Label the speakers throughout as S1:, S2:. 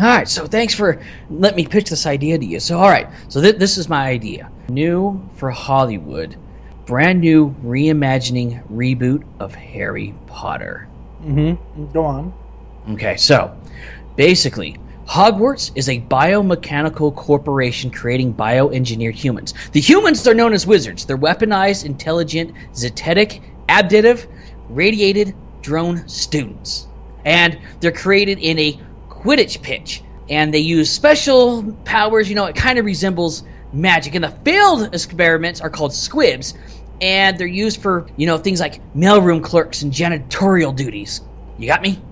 S1: All right, so thanks for letting me pitch this idea to you. So, all right, so th- this is my idea. New for Hollywood, brand new reimagining reboot of Harry Potter.
S2: Mm-hmm. Go on.
S1: Okay, so basically, Hogwarts is a biomechanical corporation creating bioengineered humans. The humans are known as wizards. They're weaponized, intelligent, zetetic, abditive, radiated drone students. And they're created in a Quidditch pitch. And they use special powers, you know, it kind of resembles magic. And the failed experiments are called squibs. And they're used for, you know, things like mailroom clerks and janitorial duties. You got me?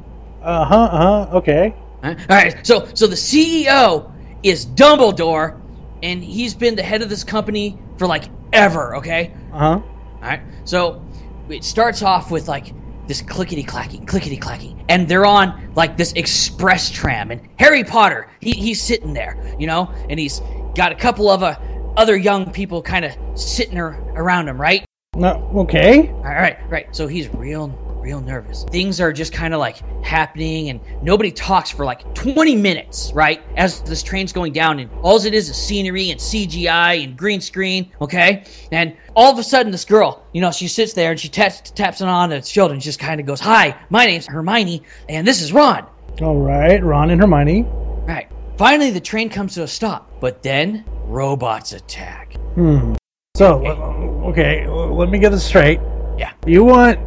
S2: Uh huh. Uh huh. Okay.
S1: Huh? All right. So so the CEO is Dumbledore, and he's been the head of this company for like ever. Okay.
S2: Uh huh.
S1: All right. So it starts off with like this clickety clacking, clickety clacking, and they're on like this express tram, and Harry Potter he, he's sitting there, you know, and he's got a couple of uh, other young people kind of sitting ar- around him, right?
S2: No. Okay.
S1: All right, right. So he's real, real nervous. Things are just kind of like happening, and nobody talks for like 20 minutes, right? As this train's going down, and all it is is scenery and CGI and green screen, okay? And all of a sudden, this girl, you know, she sits there and she taps taps it on his shoulder and she just kind of goes, "Hi, my name's Hermione, and this is Ron."
S2: All right. Ron and Hermione.
S1: All right. Finally, the train comes to a stop, but then robots attack.
S2: Hmm. So, uh, okay, let me get this straight.
S1: Yeah.
S2: You want.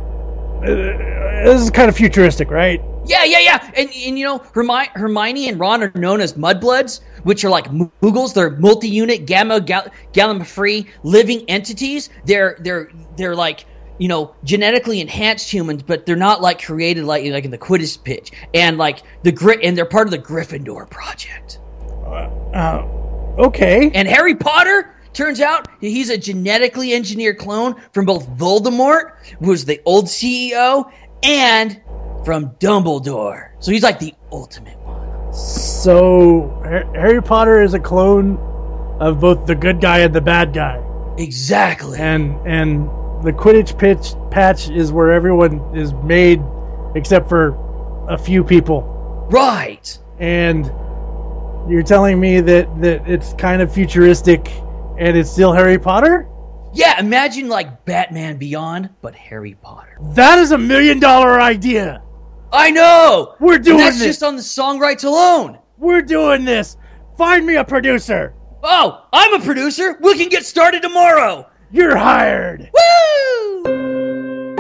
S2: Uh, this is kind of futuristic, right?
S1: Yeah, yeah, yeah. And, and you know, Hermi- Hermione and Ron are known as mudbloods, which are like Moogles. They're multi-unit gamma gal- free living entities. They're they're they're like you know genetically enhanced humans, but they're not like created like like in the Quidditch pitch and like the grit. And they're part of the Gryffindor project.
S2: Uh, okay.
S1: And Harry Potter. Turns out he's a genetically engineered clone from both Voldemort, who was the old CEO, and from Dumbledore. So he's like the ultimate one.
S2: So, Har- Harry Potter is a clone of both the good guy and the bad guy.
S1: Exactly.
S2: And and the Quidditch pitch patch is where everyone is made except for a few people.
S1: Right.
S2: And you're telling me that that it's kind of futuristic and it's still Harry Potter?
S1: Yeah, imagine like Batman Beyond, but Harry Potter.
S2: That is a million dollar idea.
S1: I know!
S2: We're
S1: And
S2: doing
S1: that's
S2: this.
S1: just on the song rights alone.
S2: We're doing this. Find me a producer.
S1: Oh, I'm a producer. We can get started tomorrow.
S2: You're hired.
S1: Woo!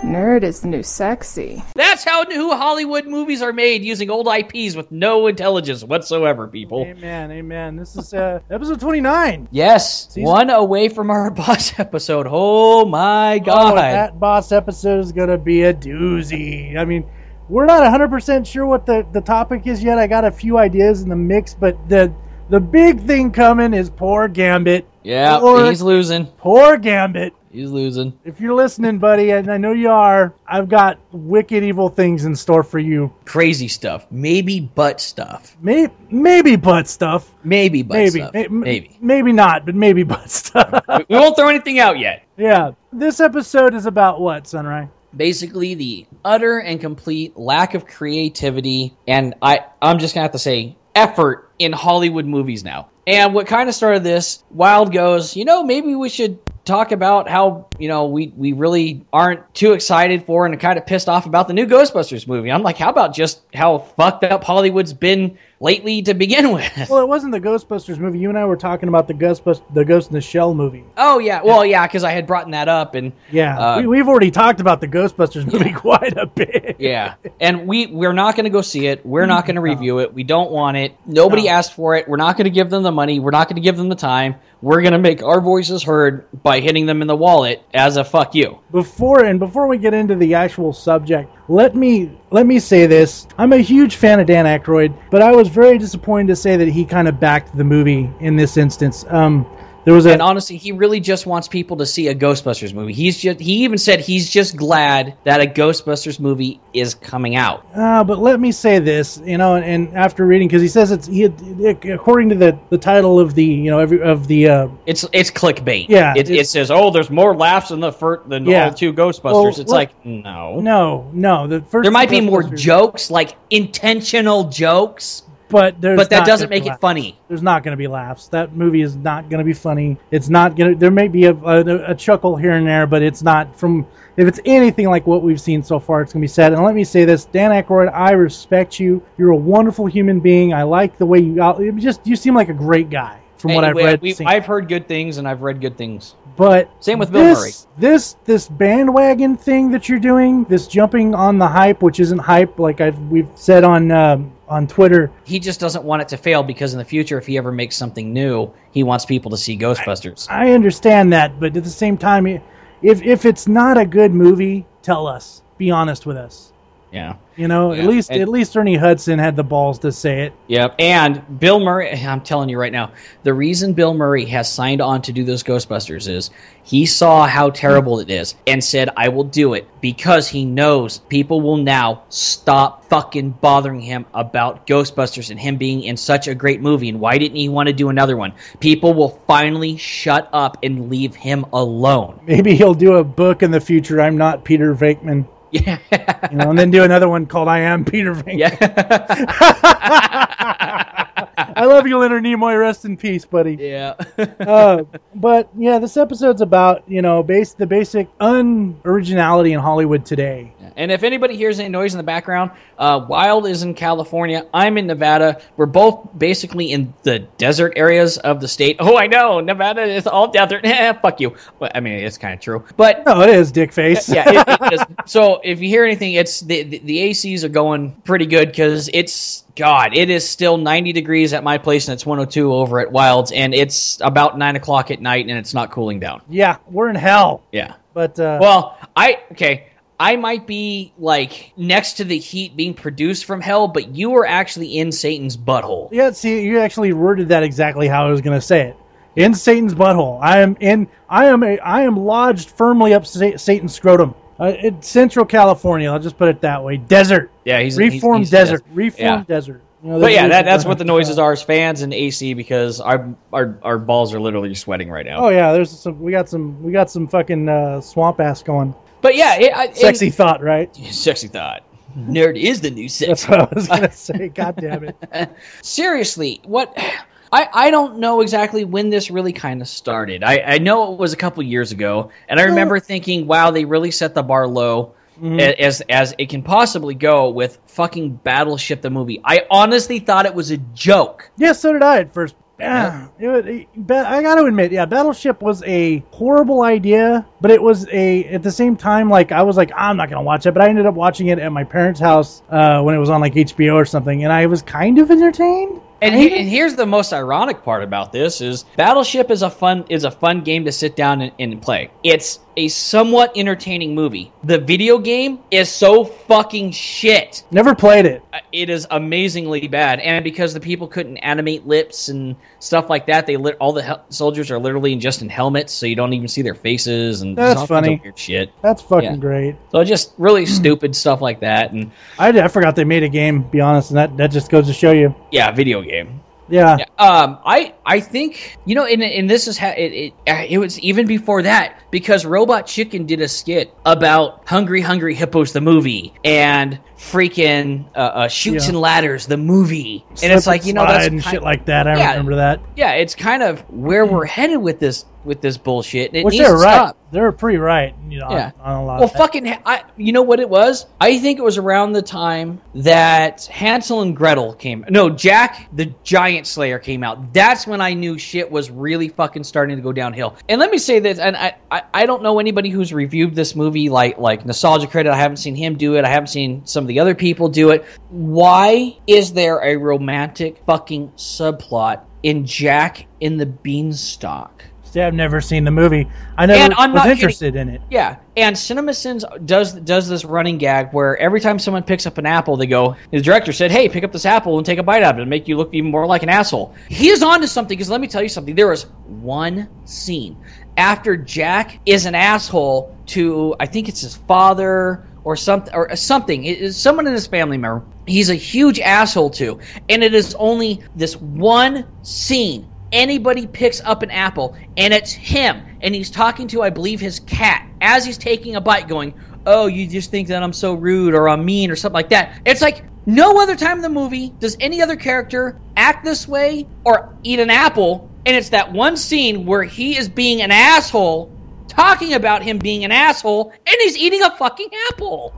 S3: Nerd is the new sexy.
S1: That's how new Hollywood movies are made using old IPs with no intelligence whatsoever, people.
S2: Amen. Amen. This is uh, episode 29.
S1: Yes,
S2: Season-
S1: one away from our boss episode. Oh my god.
S2: Oh, that boss episode is gonna be a doozy. I mean, we're not 100% sure what the, the topic is yet. I got a few ideas in the mix, but the the big thing coming is poor Gambit.
S1: yeah,
S2: Or-
S1: he's losing.
S2: Poor Gambit.
S1: He's losing.
S2: If you're listening, buddy, and I know you are, I've got wicked evil things in store for you.
S1: Crazy stuff. Maybe butt stuff.
S2: Maybe, maybe butt stuff.
S1: Maybe butt
S2: Maybe,
S1: stuff.
S2: may- m-
S1: maybe.
S2: maybe not, but maybe butt stuff.
S1: we we won't throw anything out yet.
S2: yeah, this episode is about what, Sunray?
S1: Basically, the utter and complete lack of creativity, and I, I'm just gonna have to say effort in Hollywood movies now. And what kind of started this? Wild goes, you know, maybe we should talk about how you know we we really aren't too excited for and kind of pissed off about the new Ghostbusters movie. I'm like, how about just how fucked up Hollywood's been lately to begin with?
S2: Well, it wasn't the Ghostbusters movie. You and I were talking about the Ghostbust, the Ghost in the Shell movie.
S1: Oh yeah, well yeah, because I had brought that up, and
S2: Yeah,
S1: Uh,
S2: we, we've already talked about the Ghostbusters movie quite a bit.
S1: yeah, and we we're not going to go see it. We're not going to review it. We don't want it. Nobody
S2: No.
S1: asked for it. We're not going to give them the money. We're not going to give them the time. We're going to make our voices heard by hitting them in the wallet as a fuck you.
S2: Before and before we get into the actual subject, let me let me say this: I'm a huge fan of Dan Aykroyd, but I was very disappointed to say that he kind of backed the movie in this instance. Um, the There was a
S1: And honestly, he really just wants people to see a Ghostbusters movie. He's just he even said he's just glad that a Ghostbusters movie is coming out.
S2: Ah, but let me say this, you know, and, and after reading, because he says it's he, according to the, the title of the you know every of the uh,
S1: It's it's clickbait.
S2: Yeah,
S1: It, it
S2: it's-
S1: says, "Oh, there's more laughs than the fir- than
S2: Yeah.
S1: all two Ghostbusters."
S2: Well,
S1: it's
S2: look-
S1: like no.
S2: no no the first
S1: There might be more
S2: Ghostbusters,
S1: jokes, like intentional jokes,
S2: but there's
S1: but that
S2: not
S1: doesn't
S2: gonna be
S1: make it
S2: laughs.
S1: funny.
S2: There's not going to be laughs. That movie is not going to be funny. It's not going to. There may be a, a, a chuckle here and there, but it's not from. If it's anything like what we've seen so far, it's going to be sad. And let me say this, Dan Aykroyd, I respect you. You're a wonderful human being. I like the way you. out- it Just you seem like a great guy from what I've
S1: Anyway,
S2: read.
S1: we-
S2: seen.
S1: I've heard good things and I've read good things.
S2: But
S1: Same with Bill
S2: this, This this bandwagon thing that you're doing, this jumping on the hype, which isn't hype, like I've we've said on um, on Twitter.
S1: He just doesn't want it to fail because in the future, if he ever makes something new, he wants people to see Ghostbusters.
S2: I understand that, but at the same time, i- if if it's not a good movie, tell us. Be honest with us.
S1: yeah.
S2: You know,
S1: Yeah,
S2: at least
S1: and-
S2: at least Ernie Hudson had the balls to say it.
S1: Yep. And Bill Murray, I'm telling you right now, the reason Bill Murray has signed on to do those Ghostbusters is he saw how terrible it is and said, I will do it because he knows people will now stop fucking bothering him about Ghostbusters and him being in such a great movie. And why didn't he want to do another one? People will finally shut up and leave him alone.
S2: Maybe he'll do a book in the future. I'm not Peter Venkman.
S1: Yeah.
S2: You know, and then do another one called I Am Peter Venkman.
S1: Yeah.
S2: I love you, Leonard Nimoy. Rest in peace, buddy.
S1: yeah.
S2: uh, but yeah, this episode's about you know base the basic unoriginality in Hollywood today.
S1: And if anybody hears any noise in the background, uh, Wild is in California. I'm in Nevada. We're both basically in the desert areas of the state. Oh, I know. Nevada is all desert. Eh, fuck you. Well, I mean, it's kind of true. But
S2: No, it is dick face.
S1: yeah, it, it is. So if you hear anything, it's the the, the ACs are going pretty good because it's God, it is still 90 degrees at my place and it's 102 over at Wilds, and it's about nine o'clock at night and it's not cooling down.
S2: Yeah, we're in hell.
S1: Yeah.
S2: But uh,
S1: Well, I okay. I might be like next to the heat being produced from hell, but you were actually in Satan's butthole.
S2: yeah, see, you actually worded that exactly how I was going to say it. In Satan's butthole, I am in. I am a. I am lodged firmly up Sa- Satan's scrotum. Uh, in Central California, I'll just put it that way. Desert,
S1: Yeah, he's
S2: reformed
S1: he's- he's-
S2: desert, reformed desert. You know,
S1: But
S2: the
S1: yeah,
S2: music
S1: that, that's
S2: behind
S1: what the noises are as fans and AC because our our our balls are literally sweating right now.
S2: Oh yeah, there's some. We got some. We got some fucking uh, swamp ass going.
S1: But yeah, it, I, and-
S2: Sexy thought, right?
S1: sexy thought. Nerd is the new
S2: That's
S1: sex.
S2: what I was gonna say. God damn it!
S1: Seriously, what? I, I don't know exactly when this really kind of started. I, I know it was a couple years ago, and I remember thinking, wow, they really set the bar low a- as as it can possibly go with fucking Battleship the movie. I honestly thought it was a joke.
S2: Yeah, so did I at first. Yeah, it, would- it, but I got to admit, yeah, Battleship was a horrible idea, but it was a at the same time like I was like I'm not gonna watch it, but I ended up watching it at my parents' house uh, when it was on like HBO or something, and I was kind of entertained.
S1: And,
S2: I
S1: he,
S2: didn't-
S1: and here's the most ironic part about this is Battleship is a fun is a fun game to sit down and, and play. It's a somewhat entertaining movie. The video game is so fucking shit.
S2: Never played it.
S1: it is amazingly bad and because the people couldn't animate lips and stuff like that they lit all the hel- soldiers are literally in just in helmets so you don't even see their faces and
S2: That's
S1: there's all kinds of
S2: funny.
S1: weird shit
S2: That's fucking
S1: Yeah.
S2: great.
S1: so just really stupid stuff like that and
S2: I, did- I forgot they made a game. Be honest, and that that just goes to show you.
S1: yeah video game
S2: Yeah,
S1: Yeah, um i i think you know and, and this is how it, it uh, it was even before that because robot chicken did a skit about hungry hungry hippos the movie and freaking uh, uh shoots
S2: Yeah.
S1: and ladders the movie and
S2: Slip
S1: it's like you know that's
S2: slide and
S1: kind-
S2: shit like that. I
S1: Yeah.
S2: remember that.
S1: yeah, it's kind of where we're headed with this with this bullshit. and It
S2: Which
S1: needs
S2: they're
S1: to
S2: right.
S1: stop.
S2: They're pretty right. You know, on-
S1: Yeah.
S2: on, a lot.
S1: Well,
S2: of that.
S1: fucking, ha- I, you know what it was? I think it was around the time that Hansel and Gretel came. No, Jack the Giant Slayer came out. That's when I knew shit was really fucking starting to go downhill. And let me say this, and I, I, I don't know anybody who's reviewed this movie like like nostalgia credit. I haven't seen him do it. I haven't seen some of the other people do it. Why is there a romantic fucking subplot in Jack in the Beanstalk?
S2: See, I've never seen the movie. I never
S1: And I'm
S2: was
S1: not kidding.
S2: interested in it.
S1: Yeah, and CinemaSins does does this running gag where every time someone picks up an apple, they go, "The director said, hey, pick up this apple and take a bite out of it, and make you look even more like an asshole." He is onto something because let me tell you something. There is one scene after Jack is an asshole to I think it's his father or something or something it is someone in his family member. He's a huge asshole to, and it is only this one scene anybody picks up an apple and it's him and he's talking to i believe his cat as he's taking a bite going oh you just think that i'm so rude or i'm mean or something like that it's like no other time in the movie does any other character act this way or eat an apple and it's that one scene where he is being an asshole talking about him being an asshole and he's eating a fucking apple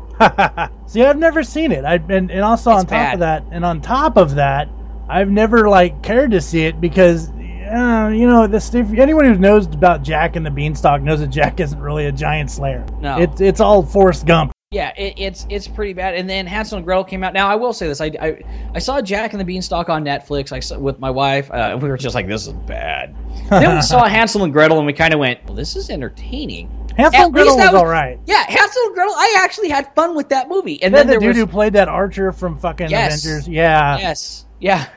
S2: See, I've never seen it. I've been, and also on top
S1: bad.
S2: of that, and on top of that, I've never like cared to see it because, uh, you know, this if anyone who knows about Jack and the Beanstalk knows that Jack isn't really a giant slayer.
S1: No.
S2: it's it's all Forrest Gump.
S1: Yeah, it, it's it's pretty bad. And then Hansel and Gretel came out. Now I will say this: I, I, I saw Jack and the Beanstalk on Netflix. I saw, with my wife. Uh, we were just like, this is bad. then we saw Hansel and Gretel, and we kind of went, well, this is entertaining.
S2: Hansel
S1: At
S2: and Gretel
S1: least that
S2: was,
S1: was-
S2: all right.
S1: Yeah, Hansel and Gretel. I actually had fun with that movie. And
S2: And then
S1: then
S2: the
S1: there
S2: dude
S1: was
S2: who played that Archer from fucking
S1: Yes.
S2: Avengers, yeah,
S1: yes, yeah.
S2: can't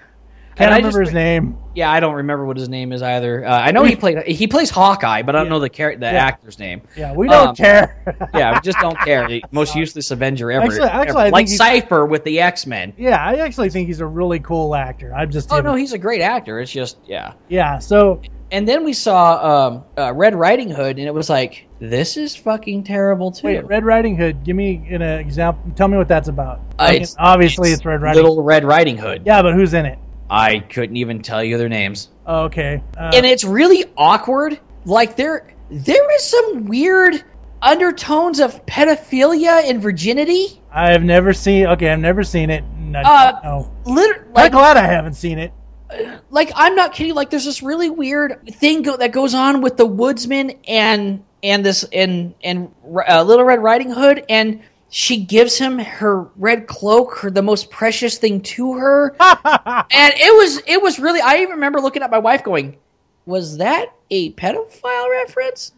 S1: And I
S2: remember
S1: just-
S2: his name.
S1: Yeah, I don't remember what his name is either. Uh, I know he played. He plays Hawkeye, but I don't
S2: Yeah.
S1: know the char- the
S2: Yeah.
S1: actor's name.
S2: Yeah, we don't
S1: Um,
S2: care.
S1: Yeah, we just don't care. The most useless Avenger ever.
S2: Actually- actually, I
S1: ever.
S2: think
S1: like
S2: he's-
S1: Cipher with the X Men.
S2: yeah, I actually think he's a really cool actor. I'm just
S1: Oh
S2: him.
S1: no, he's a great actor. It's just yeah.
S2: yeah. So
S1: And then we saw um, uh, Red Riding Hood, and it was like, this is fucking terrible too.
S2: Wait, Red Riding Hood. Give me an uh, example. Tell me what that's about.
S1: Uh,
S2: Okay, obviously, it's, Red Riding.
S1: Little Red Riding Hood.
S2: Yeah, but who's in it?
S1: I couldn't even tell you their names.
S2: Oh, okay. Uh,
S1: and it's really awkward. Like there, there is some weird undertones of pedophilia and virginity.
S2: I have never seen. Okay, I've never seen it. No,
S1: Uh,
S2: no.
S1: Liter-
S2: I'm
S1: like,
S2: glad I haven't seen it.
S1: like I'm not kidding. Like there's this really weird thing go- that goes on with the woodsman and and this and and uh, Little Red Riding Hood, and she gives him her red cloak, her the most precious thing to her, and it was it was really. I even remember looking at my wife going, "Was that a pedophile reference?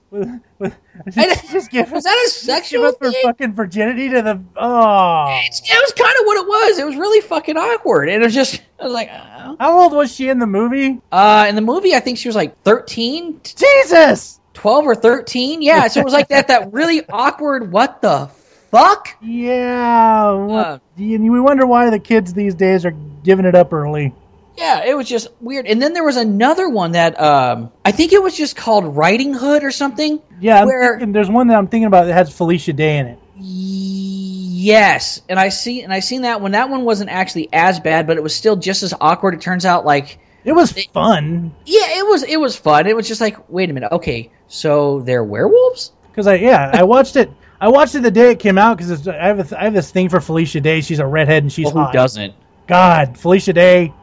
S2: just, just give
S1: Was
S2: us.
S1: that a
S2: Just give
S1: sexual
S2: us for
S1: thing?"
S2: fucking virginity to the. Oh.
S1: It's- It was kind of what it was. It was really fucking awkward, and it was just I was like, uh,
S2: How old was she in the movie?
S1: uh, in the movie, I think she was like 13,
S2: Jesus.
S1: 12 or 13 yeah so it was like that that really awkward what the fuck
S2: Yeah. what-
S1: Uh,
S2: and we wonder why the kids these days are giving it up early.
S1: yeah it was just weird and then there was another one that um i think it was just called riding hood or something
S2: Yeah. I'm
S1: Where-
S2: thinking- there's one that I'm thinking about that has Felicia Day in it.
S1: yes and i see and i seen that one that one wasn't actually as bad but it was still just as awkward it turns out like
S2: It was fun.
S1: yeah it was it was fun it was just like wait a minute okay so they're werewolves
S2: Because I yeah I watched it I watched it the day it came out because I have a, I have this thing for Felicia Day she's a redhead and she's
S1: well, who
S2: hot.
S1: doesn't
S2: God Felicia Day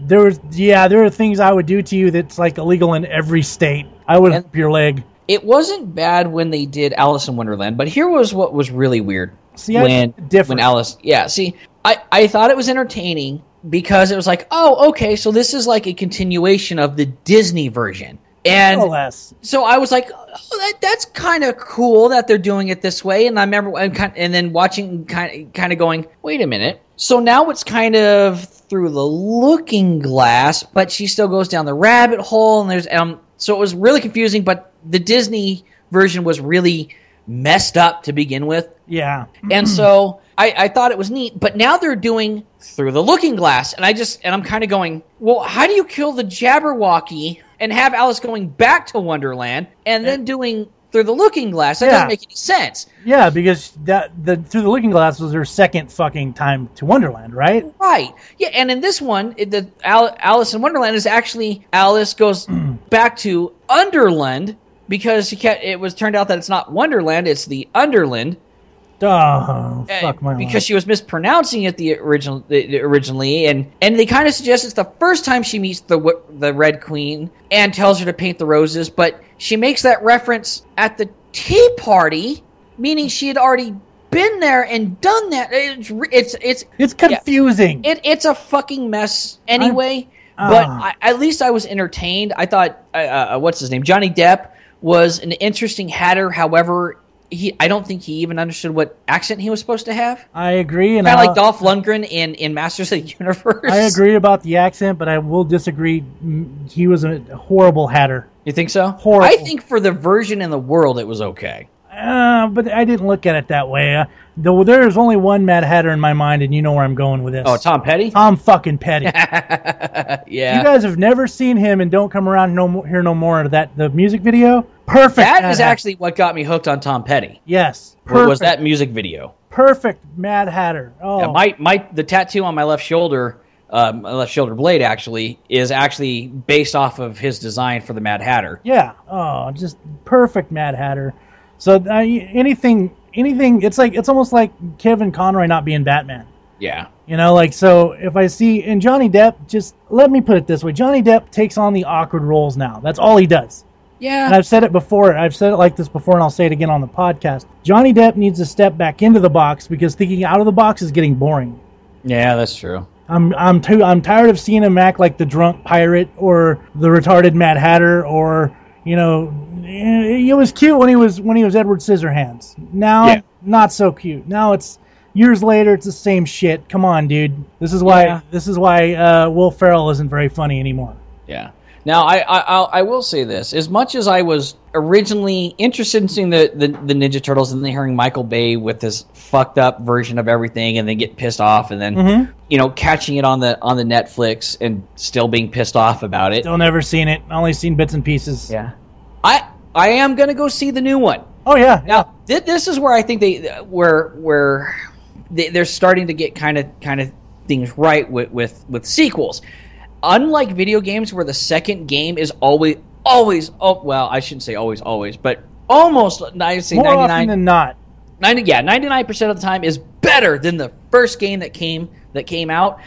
S2: there was yeah there are things I would do to you that's like illegal in every state I would
S1: And-
S2: whip your leg.
S1: it wasn't bad when they did Alice in Wonderland, but here was what was really weird.
S2: See, I-
S1: when when
S2: different.
S1: Alice, yeah, see, I I thought it was entertaining because it was like, oh, okay, so this is like a continuation of the Disney version, and
S2: No less.
S1: so I was like, oh, that, that's kind of cool that they're doing it this way. And I remember, and, kind, and then watching, kind, kind of going, wait a minute. So now it's kind of through the looking glass, but she still goes down the rabbit hole. And there's, um, so it was really confusing. But the Disney version was really messed up to begin with.
S2: Yeah.
S1: And so I, I thought it was neat, but now they're doing through the looking glass, and I just and I'm kind of going, well, how do you kill the Jabberwocky and have Alice going back to Wonderland and then doing through the looking glass? That
S2: Yeah.
S1: doesn't make any sense,
S2: Yeah, because that the through the looking glass was her second fucking time to Wonderland, right?
S1: right? Yeah, and in this one, it, the Al- Alice in Wonderland is actually Alice goes back to Underland because she kept, it was turned out that it's not Wonderland, it's the Underland.
S2: Oh,
S1: Uh,
S2: fuck my
S1: because
S2: life.
S1: she was mispronouncing it the original the, the- originally, and and they kind of suggest it's the first time she meets the w- the Red Queen and tells her to paint the roses, but she makes that reference at the tea party, meaning she had already been there and done that. It's re- it's it's
S2: It's confusing.
S1: it, it's a fucking mess anyway. But
S2: Ah.
S1: I, at least I was entertained. I thought, uh, uh, what's his name, Johnny Depp was an interesting hatter. However, he I don't think he even understood what accent he was supposed to have.
S2: I agree, and
S1: Kind
S2: I
S1: of like Dolph Lundgren in in Masters of the Universe.
S2: I agree about the accent, but I will disagree. Mm, He was a horrible hatter.
S1: You think so?
S2: Horrible.
S1: I think for the version in the world, it was okay.
S2: Uh, but I didn't look at it that way. Uh, though there is only one Mad Hatter in my mind, and you know where I'm going with this.
S1: Oh, Tom Petty.
S2: Tom fucking Petty.
S1: yeah.
S2: You guys have never seen him and don't come around no mo- hear no more of that the music video. Perfect.
S1: That
S2: Mad
S1: is
S2: Hatter.
S1: actually what got me hooked on Tom Petty.
S2: yes.
S1: wa-
S2: Perfect.
S1: Was that music video?
S2: perfect Mad Hatter? Oh,
S1: Yeah, my my the tattoo on my left shoulder, uh, my left shoulder blade actually is actually based off of his design for the Mad Hatter.
S2: Yeah. Oh, just perfect Mad Hatter. So uh, anything, anything. It's like it's almost like Kevin Conroy not being Batman.
S1: Yeah,
S2: You know, like so. If I see and Johnny Depp, just let me put it this way: Johnny Depp takes on the awkward roles now. That's all he does.
S1: yeah.
S2: And I've said it before. I've said it like this before, and I'll say it again on the podcast. Johnny Depp needs to step back into the box because thinking out of the box is getting boring.
S1: Yeah, that's true.
S2: I'm I'm too I'm tired of seeing him act like the drunk pirate or the retarded Mad Hatter or you know eh, it was cute when he was when he was Edward Scissorhands. Now
S1: Yeah.
S2: not so cute. Now it's years later it's the same shit. Come on, dude. This is why
S1: Yeah.
S2: this is why uh, Will Ferrell isn't very funny anymore.
S1: Yeah. Now, I, I I'll- I will say this: as much as I was originally interested in seeing the, the, the Ninja Turtles and then hearing Michael Bay with this fucked up version of everything, and then get pissed off, and then
S2: Mhm.
S1: you know catching it on the on the Netflix and still being pissed off about it.
S2: Still never seen it. Only seen bits and pieces.
S1: Yeah, I I am gonna go see the new one.
S2: Oh yeah.
S1: Now, th- this is where I think they where where they, they're starting to get kind of kind of things right with, with with sequels. Unlike video games, where the second game is always always oh well, I shouldn't say always always, but almost I say
S2: More often
S1: 99,
S2: than not.
S1: 90 yeah ninety nine percent of the time is better than the first game that came that came out.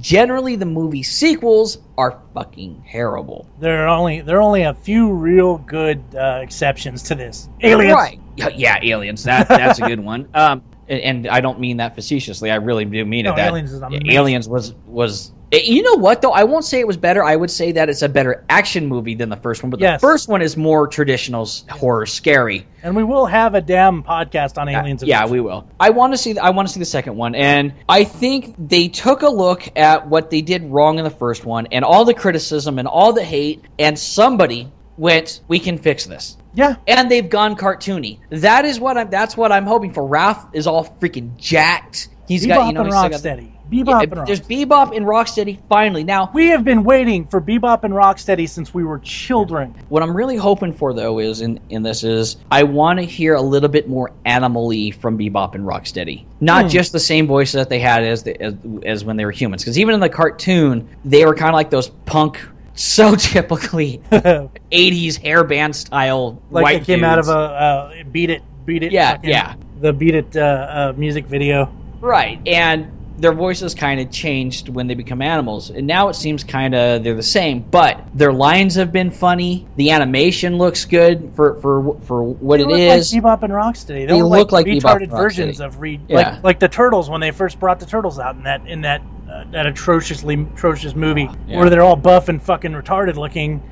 S1: Generally, the movie sequels are fucking terrible.
S2: There are only there are only a few real good uh, exceptions to this. Aliens.
S1: Right. Yeah, yeah, aliens. That that's a good one. Um, and, and I don't mean that facetiously. I really do mean
S2: No,
S1: it. That
S2: Aliens is amazing.
S1: aliens was was. eh, You know what though? I won't say it was better. I would say that it's a better action movie than the first one. But
S2: Yes.
S1: the first one is more traditional s- horror, scary.
S2: And we will have a damn podcast on
S1: Uh,
S2: aliens.
S1: yeah, we will. I want to see. th- I want to see the second one, and I think they took a look at what they did wrong in the first one, and all the criticism and all the hate, and somebody went, "We can fix this."
S2: yeah.
S1: and they've gone cartoony. That is what I'm. That's what I'm hoping for. Ralph is all freaking jacked. He's
S2: Bebop
S1: got you know
S2: and
S1: he's still got the-
S2: Rocksteady. Bebop
S1: Yeah,
S2: and
S1: there's
S2: Rocksteady.
S1: Bebop and Rocksteady finally. Now,
S2: We have been waiting for Bebop and Rocksteady since we were children.
S1: what I'm really hoping for though is in in this is I want to hear a little bit more animally from Bebop and Rocksteady, not
S2: Hmm.
S1: just the same voices that they had as the, as, as when they were humans. Because even in the cartoon, they were kind of like those punk. So typically,
S2: like
S1: '80s hairband style
S2: they
S1: white
S2: came out of
S1: dudes.
S2: a uh, Beat It, Beat It.
S1: Yeah,
S2: fucking-
S1: yeah.
S2: The Beat It uh, uh, music video.
S1: Right, and their voices kind of changed when they become animals, and now it seems kind of they're the same. But their lines have been funny. The animation looks good for for for what it
S2: look
S1: is.
S2: like Bebop and Rocksteady. They,
S1: They
S2: look
S1: look like Bebop
S2: retarded
S1: and Rocksteady.
S2: versions of re-
S1: Yeah.
S2: like like the turtles when they first brought the turtles out in that in that uh, that atrociously atrocious movie
S1: Yeah.
S2: where they're all buff and fucking retarded looking.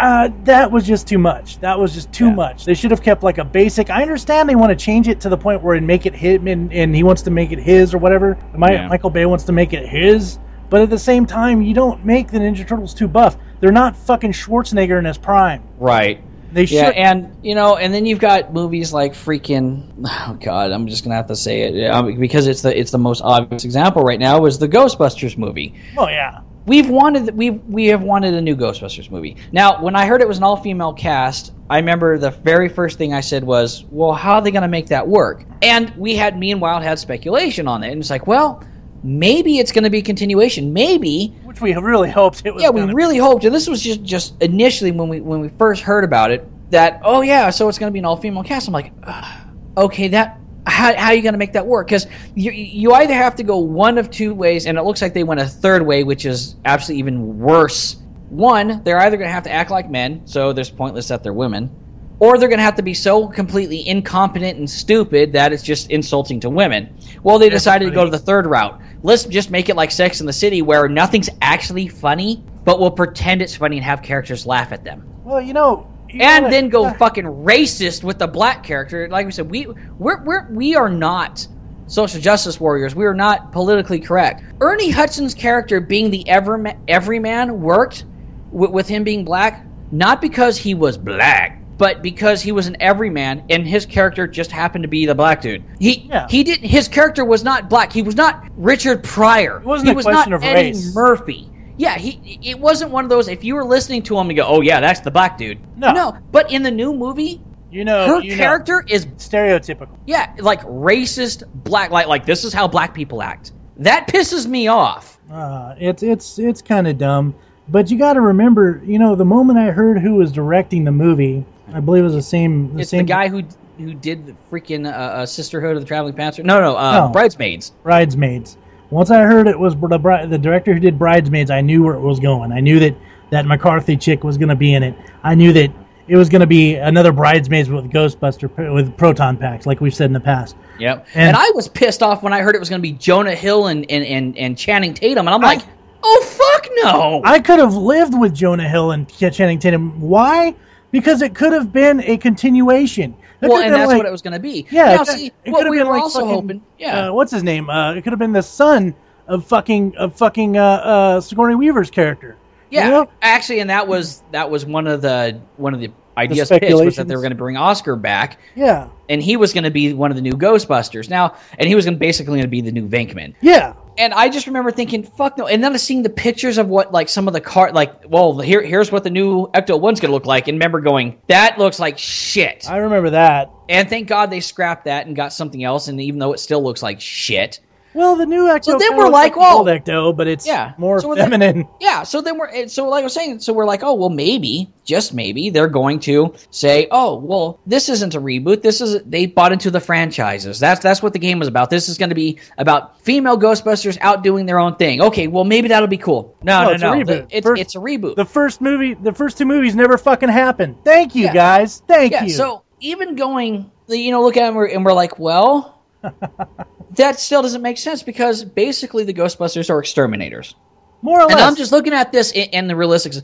S2: Uh, that was just too much. That was just too
S1: Yeah.
S2: much. They should have kept like a basic. I understand they want to change it to the point where and make it him and, and he wants to make it his or whatever. My,
S1: Yeah.
S2: Michael Bay wants to make it his, but at the same time, you don't make the Ninja Turtles too buff. They're not fucking Schwarzenegger in his prime.
S1: right.
S2: They
S1: Yeah,
S2: should.
S1: and you know, and then you've got movies like freaking. Oh God, I'm just gonna have to say it yeah, because it's the it's the most obvious example right now is the Ghostbusters movie.
S2: oh yeah.
S1: we've wanted we we have wanted a new Ghostbusters movie. Now, when I heard it was an all female cast, I remember the very first thing I said was, "Well, how are they going to make that work?" And we had meanwhile had speculation on it, and it's like, well, maybe it's going to be a continuation. Maybe
S2: Which we really hoped it was.
S1: yeah, we
S2: gonna be.
S1: really hoped, and this was just just initially when we when we first heard about it that oh yeah, so it's going to be an all female cast. I'm like, ugh, okay, that how, how are you going to make that work? Because you you either have to go one of two ways, and it looks like they went a third way, which is absolutely even worse. One, they're either going to have to act like men, so there's pointless that they're women, or they're going to have to be so completely incompetent and stupid that it's just insulting to women. Well, they decided to go to the third route. Let's just make it like Sex in the City, where nothing's actually funny but will pretend it's funny and have characters laugh at them.
S2: Well, you know. you
S1: and
S2: gotta-
S1: then go fucking racist with the black character. Like we said, we we're, we're we are not social justice warriors. We are not politically correct. Ernie Hudson's character being the everma- everyman worked with, with him being black, not because he was black, but because he was an everyman, and his character just happened to be the black dude. He
S2: Yeah.
S1: he didn't. His character was not black. He was not Richard Pryor.
S2: It wasn't
S1: he
S2: a
S1: was
S2: question
S1: not
S2: of
S1: Eddie
S2: race.
S1: Murphy. Yeah, he it wasn't one of those. If you were listening to him, you go, "Oh yeah, that's the black dude."
S2: No.
S1: no. But in the new movie,
S2: You know.
S1: her
S2: you know,
S1: character is
S2: stereotypical.
S1: yeah, like racist black. Like like this is how black people act. That pisses me off.
S2: Uh, it's it's it's kind of dumb, but you got to remember, you know, the moment I heard who was directing the movie, I believe it was the same. The
S1: it's
S2: same
S1: the guy who who did the freaking uh, uh, Sisterhood of the Traveling Panther. No, no, uh,
S2: No.
S1: Bridesmaids.
S2: Bridesmaids. Once I heard it was the, bri- the director who did Bridesmaids, I knew where it was going. I knew that that McCarthy chick was going to be in it. I knew that it was going to be another Bridesmaids with Ghostbuster with proton packs, like we've said in the past.
S1: Yep. And,
S2: And-
S1: I was pissed off when I heard it was going to be Jonah Hill and, and, and, and Channing Tatum, and I'm like, oh fuck no.
S2: I could have lived with Jonah Hill and Ch- Channing Tatum. Why? Because it could have been a continuation. It
S1: well,
S2: could have
S1: and
S2: been
S1: that's
S2: like-
S1: what it was going to be.
S2: Yeah,
S1: Now,
S2: it could-
S1: see,
S2: it
S1: what
S2: could have
S1: we
S2: been
S1: were
S2: like
S1: also
S2: fucking,
S1: hoping. Yeah.
S2: uh, what's his name? Uh, it could have been the son of fucking of fucking uh, uh, Sigourney Weaver's character. You
S1: Yeah,
S2: know?
S1: actually, and that was that was one of the one of the ideas pitched was that
S2: speculations.
S1: they were going to bring Oscar back,
S2: Yeah.
S1: and he was going to be one of the new Ghostbusters now, and he was going to basically going to be the new Venkman.
S2: Yeah.
S1: And I just remember thinking, "Fuck no!" And then I seeing the pictures of what like some of the car, like, well, here here's what the new Ecto One's going to look like, and remember going, "That looks like shit."
S2: I remember that.
S1: and thank God they scrapped that and got something else, and even though it still looks like shit,
S2: Well, the new Ecto.
S1: So then
S2: kinda
S1: we're
S2: looks
S1: like,
S2: the
S1: whoa.
S2: old Ecto, but it's
S1: Yeah.
S2: more
S1: So we're like-
S2: feminine.
S1: Yeah, so then we're and so like I was saying, so we're like, oh well, maybe just maybe they're going to say, oh well, this isn't a reboot. This is they bought into the franchises. That's that's what the game was about. This is going to be about female Ghostbusters out doing their own thing. Okay, well maybe that'll be cool. No,
S2: No,
S1: no,
S2: it's a
S1: no,
S2: reboot.
S1: The- it's
S2: First-
S1: it's a reboot.
S2: The first movie, the first two movies never fucking happened. Thank you
S1: Yeah.
S2: guys. Thank
S1: yeah,
S2: you.
S1: so even going, you know, look at them and we're like, well, that still doesn't make sense because basically the Ghostbusters are exterminators.
S2: more or less.
S1: And I'm just looking at this in, in the realistic.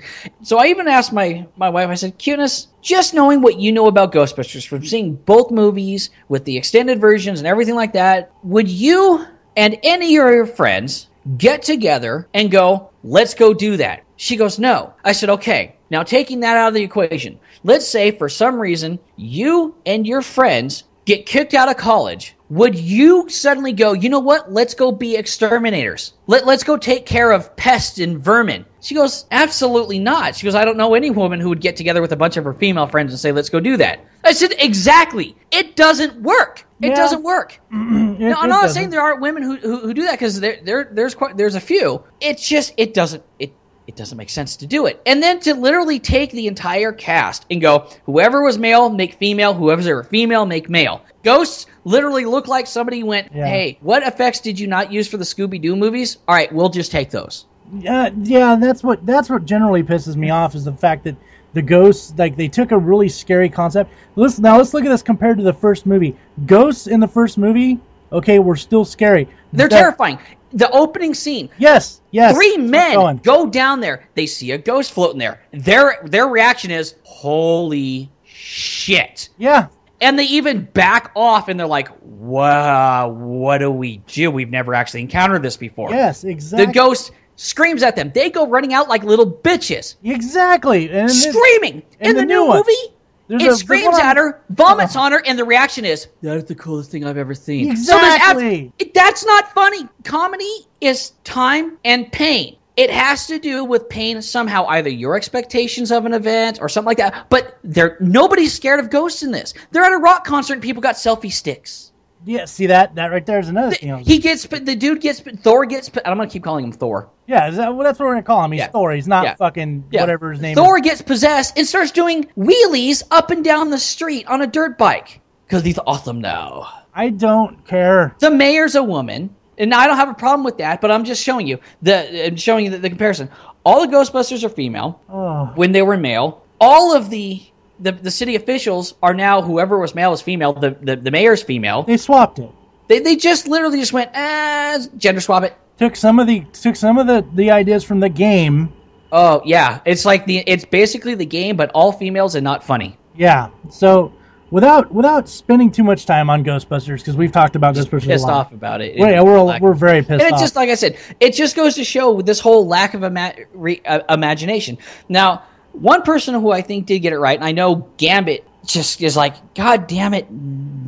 S1: So I even asked my my wife. I said, "Cuteness, just knowing what you know about Ghostbusters from seeing both movies with the extended versions and everything like that, would you and any of your friends get together and go, let's go do that?" She goes, "No." I said, "Okay." Now taking that out of the equation, let's say for some reason you and your friends get kicked out of college, would you suddenly go, you know what? Let's go be exterminators. Let, let's go take care of pests and vermin. She goes, absolutely not. She goes, I don't know any woman who would get together with a bunch of her female friends and say, let's go do that. I said, exactly. It doesn't work. It
S2: Yeah.
S1: doesn't work.
S2: It-
S1: No,
S2: it
S1: I'm not
S2: doesn't.
S1: saying there aren't women who, who, who do that because there, there there's quite, there's a few. It's just it doesn't it it doesn't make sense to do it. And then to literally take the entire cast and go, whoever was male, make female. Whoever's a female, make male. Ghosts literally look like somebody went,
S2: Yeah.
S1: hey, what effects did you not use for the Scooby Doo movies? All right, we'll just take those.
S2: Uh, yeah, that's what that's what generally pisses me off is the fact that the ghosts like they took a really scary concept. Listen now, let's look at this compared to the first movie. Ghosts in the first movie, okay, were still scary.
S1: They're
S2: That-
S1: terrifying. The opening scene,
S2: Yes, yes.
S1: Three
S2: keep
S1: men
S2: going.
S1: go down there. They see a ghost floating there. Their their reaction is, "Holy shit!"
S2: Yeah,
S1: And they even back off and they're like, wow, what do we do? We've never actually encountered this before.
S2: yes,
S1: The
S2: exactly.
S1: ghost screams at them. They go running out like little bitches,
S2: exactly. And then-
S1: screaming.
S2: and
S1: In the,
S2: the
S1: new
S2: new one.
S1: movie,
S2: There's
S1: it
S2: a- there's
S1: screams
S2: one- Oh.
S1: at her, vomits on her, and the reaction is, that's the coolest thing I've ever seen.
S2: Exactly.
S1: So there's abs- that's not funny. Comedy is time and pain. It has to do with pain somehow, either your expectations of an event or something like that. But there, nobody's scared of ghosts in this. They're at a rock concert and people got selfie sticks.
S2: Yeah, see that that right there is another. you know,
S1: He gets, the dude gets, Thor gets, I'm going to keep calling him Thor.
S2: yeah, is that, well, that's what we're gonna call him. He's
S1: Yeah.
S2: Thor. He's not
S1: Yeah.
S2: fucking
S1: Yeah.
S2: whatever his name.
S1: Thor
S2: is.
S1: gets possessed and starts doing wheelies up and down the street on a dirt bike because he's awesome now.
S2: I don't care.
S1: The mayor's a woman, and I don't have a problem with that. But I'm just showing you the I'm showing you the, the comparison. All the Ghostbusters are female
S2: Oh,
S1: when they were male. All of the the, the city officials are now whoever was male is female. The the, the mayor's female.
S2: they swapped it.
S1: They, they just literally just went ah gender swap it.
S2: Took some of the took some of the the ideas from the game
S1: Oh yeah, it's like the it's basically the game, but all females and not funny.
S2: Yeah. So without without spending too much time on Ghostbusters because we've talked about Ghostbusters
S1: Pissed
S2: a lot.
S1: off about it.
S2: Well, yeah, we're all,
S1: Like-
S2: we're very pissed
S1: and it
S2: off.
S1: just like I said, it just goes to show with this whole lack of ima- re- uh, imagination. Now, one person who I think did get it right, and I know Gambit just is like, God damn it,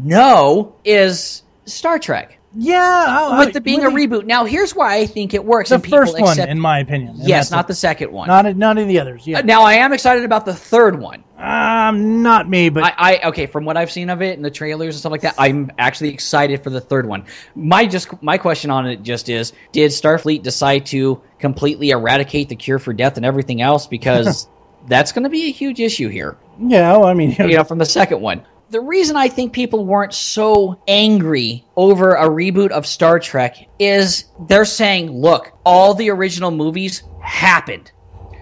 S1: no, is Star Trek
S2: yeah. oh,
S1: with
S2: oh,
S1: the being
S2: really-
S1: a reboot. Now, here's why I think it works.
S2: the
S1: and people
S2: first one,
S1: accept
S2: in my opinion. and
S1: yes,
S2: that's
S1: not
S2: it.
S1: the second one.
S2: not none of the others. Yeah.
S1: now, I am excited about the third one.
S2: Um, not me, but
S1: I, I okay from what I've seen of it and the trailers and stuff like that, I'm actually excited for the third one. My just my question on it just is: Did Starfleet decide to completely eradicate the cure for death and everything else? Because that's going to be a huge issue here.
S2: yeah. Well, I mean,
S1: You know, from the second one. The reason I think people weren't so angry over a reboot of Star Trek is they're saying, look, all the original movies happened.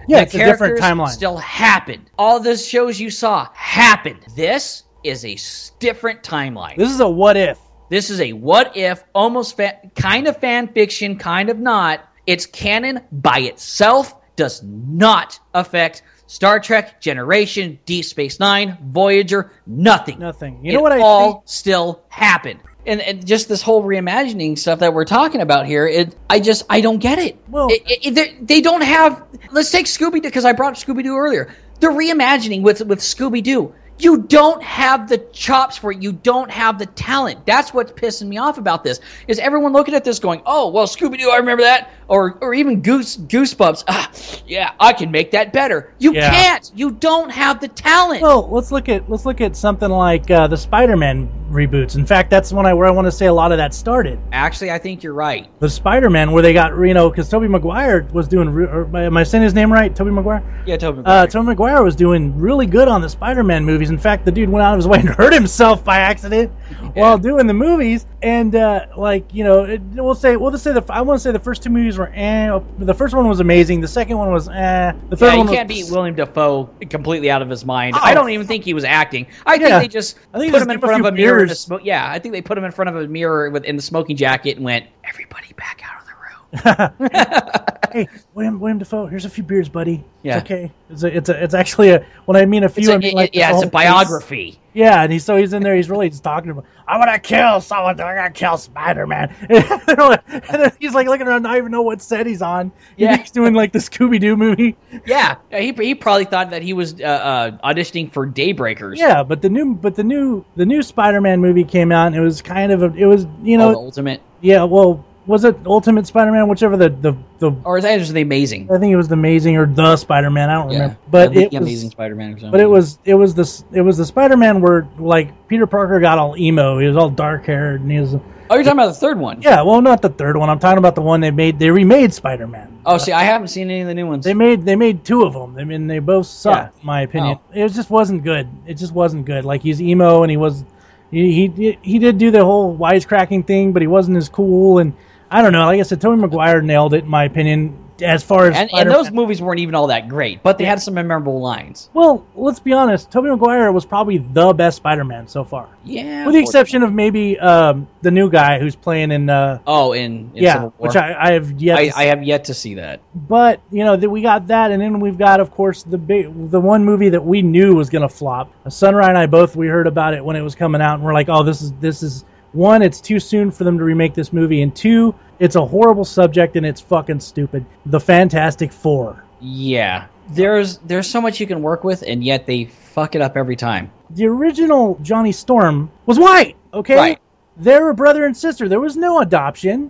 S2: yeah,
S1: The
S2: it's a
S1: characters
S2: different timeline.
S1: Still happened. All the shows you saw happened. This is a s- different timeline. This,
S2: this is a what if.
S1: is a what if, almost fa- kind of fan fiction, kind of not. It's canon by itself. Does not affect Star Trek, Generation, Deep Space Nine, Voyager. Nothing.
S2: Nothing. You
S1: It
S2: know what I
S1: all
S2: think?
S1: still happened. And, and just this whole reimagining stuff that we're talking about here, it I just I don't get it.
S2: Well-
S1: It- it- it- they- they don't have. Let's take Scooby Doo because I brought up Scooby Doo earlier. The reimagining with with Scooby Doo, you don't have the chops for it. You don't have the talent. That's what's pissing me off about this. Is everyone looking at this going, oh well, Scooby Doo, I remember that, or or even Goose Goosebumps. Ah, yeah, I can make that better. You
S2: Yeah.
S1: can't. You don't have the talent.
S2: Well, let's look at let's look at something like uh, the Spider-Man reboots. In fact, that's when I where I want to say a lot of that started.
S1: Actually, I think you're right.
S2: The Spider-Man where they got you know because Tobey Maguire was doing. re- Or, am I saying his name right? Tobey Maguire.
S1: Yeah, Toby.
S2: Uh, Tobey Maguire was doing really good on the Spider-Man movies. In fact, the dude went out of his way and hurt himself by accident while doing the movies. And uh, like you know, it, we'll say we'll just say the I want to say the first two movies were eh. The first one was amazing. The second one was eh. The third
S1: Yeah, you
S2: one
S1: can't
S2: was,
S1: beat William Defoe completely out of his mind.
S2: Oh.
S1: I don't even think he was acting. I think
S2: Yeah.
S1: they just
S2: I think
S1: put
S2: just
S1: him in
S2: give a
S1: front
S2: few
S1: of a mirror. And a
S2: beers.
S1: smoke. Yeah, I think they put him in front of a mirror with in the smoking jacket and went, "Everybody back out of the room."
S2: hey William William Defoe. Here's a few beers, buddy.
S1: Yeah.
S2: It's okay. It's a, it's a, it's actually a when I mean a few.
S1: It's
S2: I
S1: a,
S2: mean
S1: it-
S2: like
S1: it- yeah,
S2: the
S1: it's a
S2: whole-
S1: biography.
S2: Yeah, and he's so he's in there. He's really just talking about. I want to kill someone. I gotta kill Spider Man. And, they're like- and then he's like looking around. I don't even know what set he's on. He
S1: Yeah.
S2: thinks he's doing like the Scooby Doo movie.
S1: Yeah, he, he probably thought that he was uh, uh, auditioning for Daybreakers.
S2: Yeah, but the new but the new the new Spider Man movie came out. and It was kind of a it was you
S1: Oh,
S2: know
S1: the ultimate,
S2: yeah well was it Ultimate Spider Man whichever the the the.
S1: or is that just the amazing?
S2: I think it was the Amazing or the Spider-Man. I don't
S1: Yeah,
S2: remember, but
S1: I think
S2: it
S1: the
S2: was
S1: amazing Spider-Man. Or something.
S2: But it was it was this it was the Spider-Man where like Peter Parker got all emo. He was all dark haired and he was
S1: Oh, you're talking about the third one.
S2: yeah. Well, not the third one. I'm talking about the one they made. They remade Spider-Man.
S1: Oh, see, I haven't seen any of the new ones.
S2: They made they made two of them. I mean, they both sucked, in my opinion.
S1: Oh.
S2: It just wasn't good. It just wasn't good. Like he's emo and he was he he he did do the whole wisecracking thing, but he wasn't as cool. And I don't know. Like I said, Tobey Maguire nailed it in my opinion. As far as
S1: and, and
S2: Spider-Man-
S1: those movies weren't even all that great, but they had some memorable lines.
S2: well, let's be honest. Tobey Maguire was probably the best Spider-Man so far.
S1: Yeah,
S2: with the
S1: unfortunately.
S2: exception of maybe um, the new guy who's playing in uh,
S1: Oh, in, in
S2: yeah,
S1: Civil War.
S2: which I, I have yet. to
S1: I,
S2: see.
S1: I have yet to see that.
S2: but you know that we got that, and then we've got, of course, the big, the one movie that we knew was going to flop. Uh, Sunrai and I both we heard about it when it was coming out, and we're like, oh, this is this is one, it's too soon for them to remake this movie, and two, it's a horrible subject and it's fucking stupid. The Fantastic Four.
S1: Yeah, there's there's so much you can work with, and yet they fuck it up every time.
S2: The original Johnny Storm was white. Okay,
S1: Right.
S2: they were brother and sister. There was no adoption.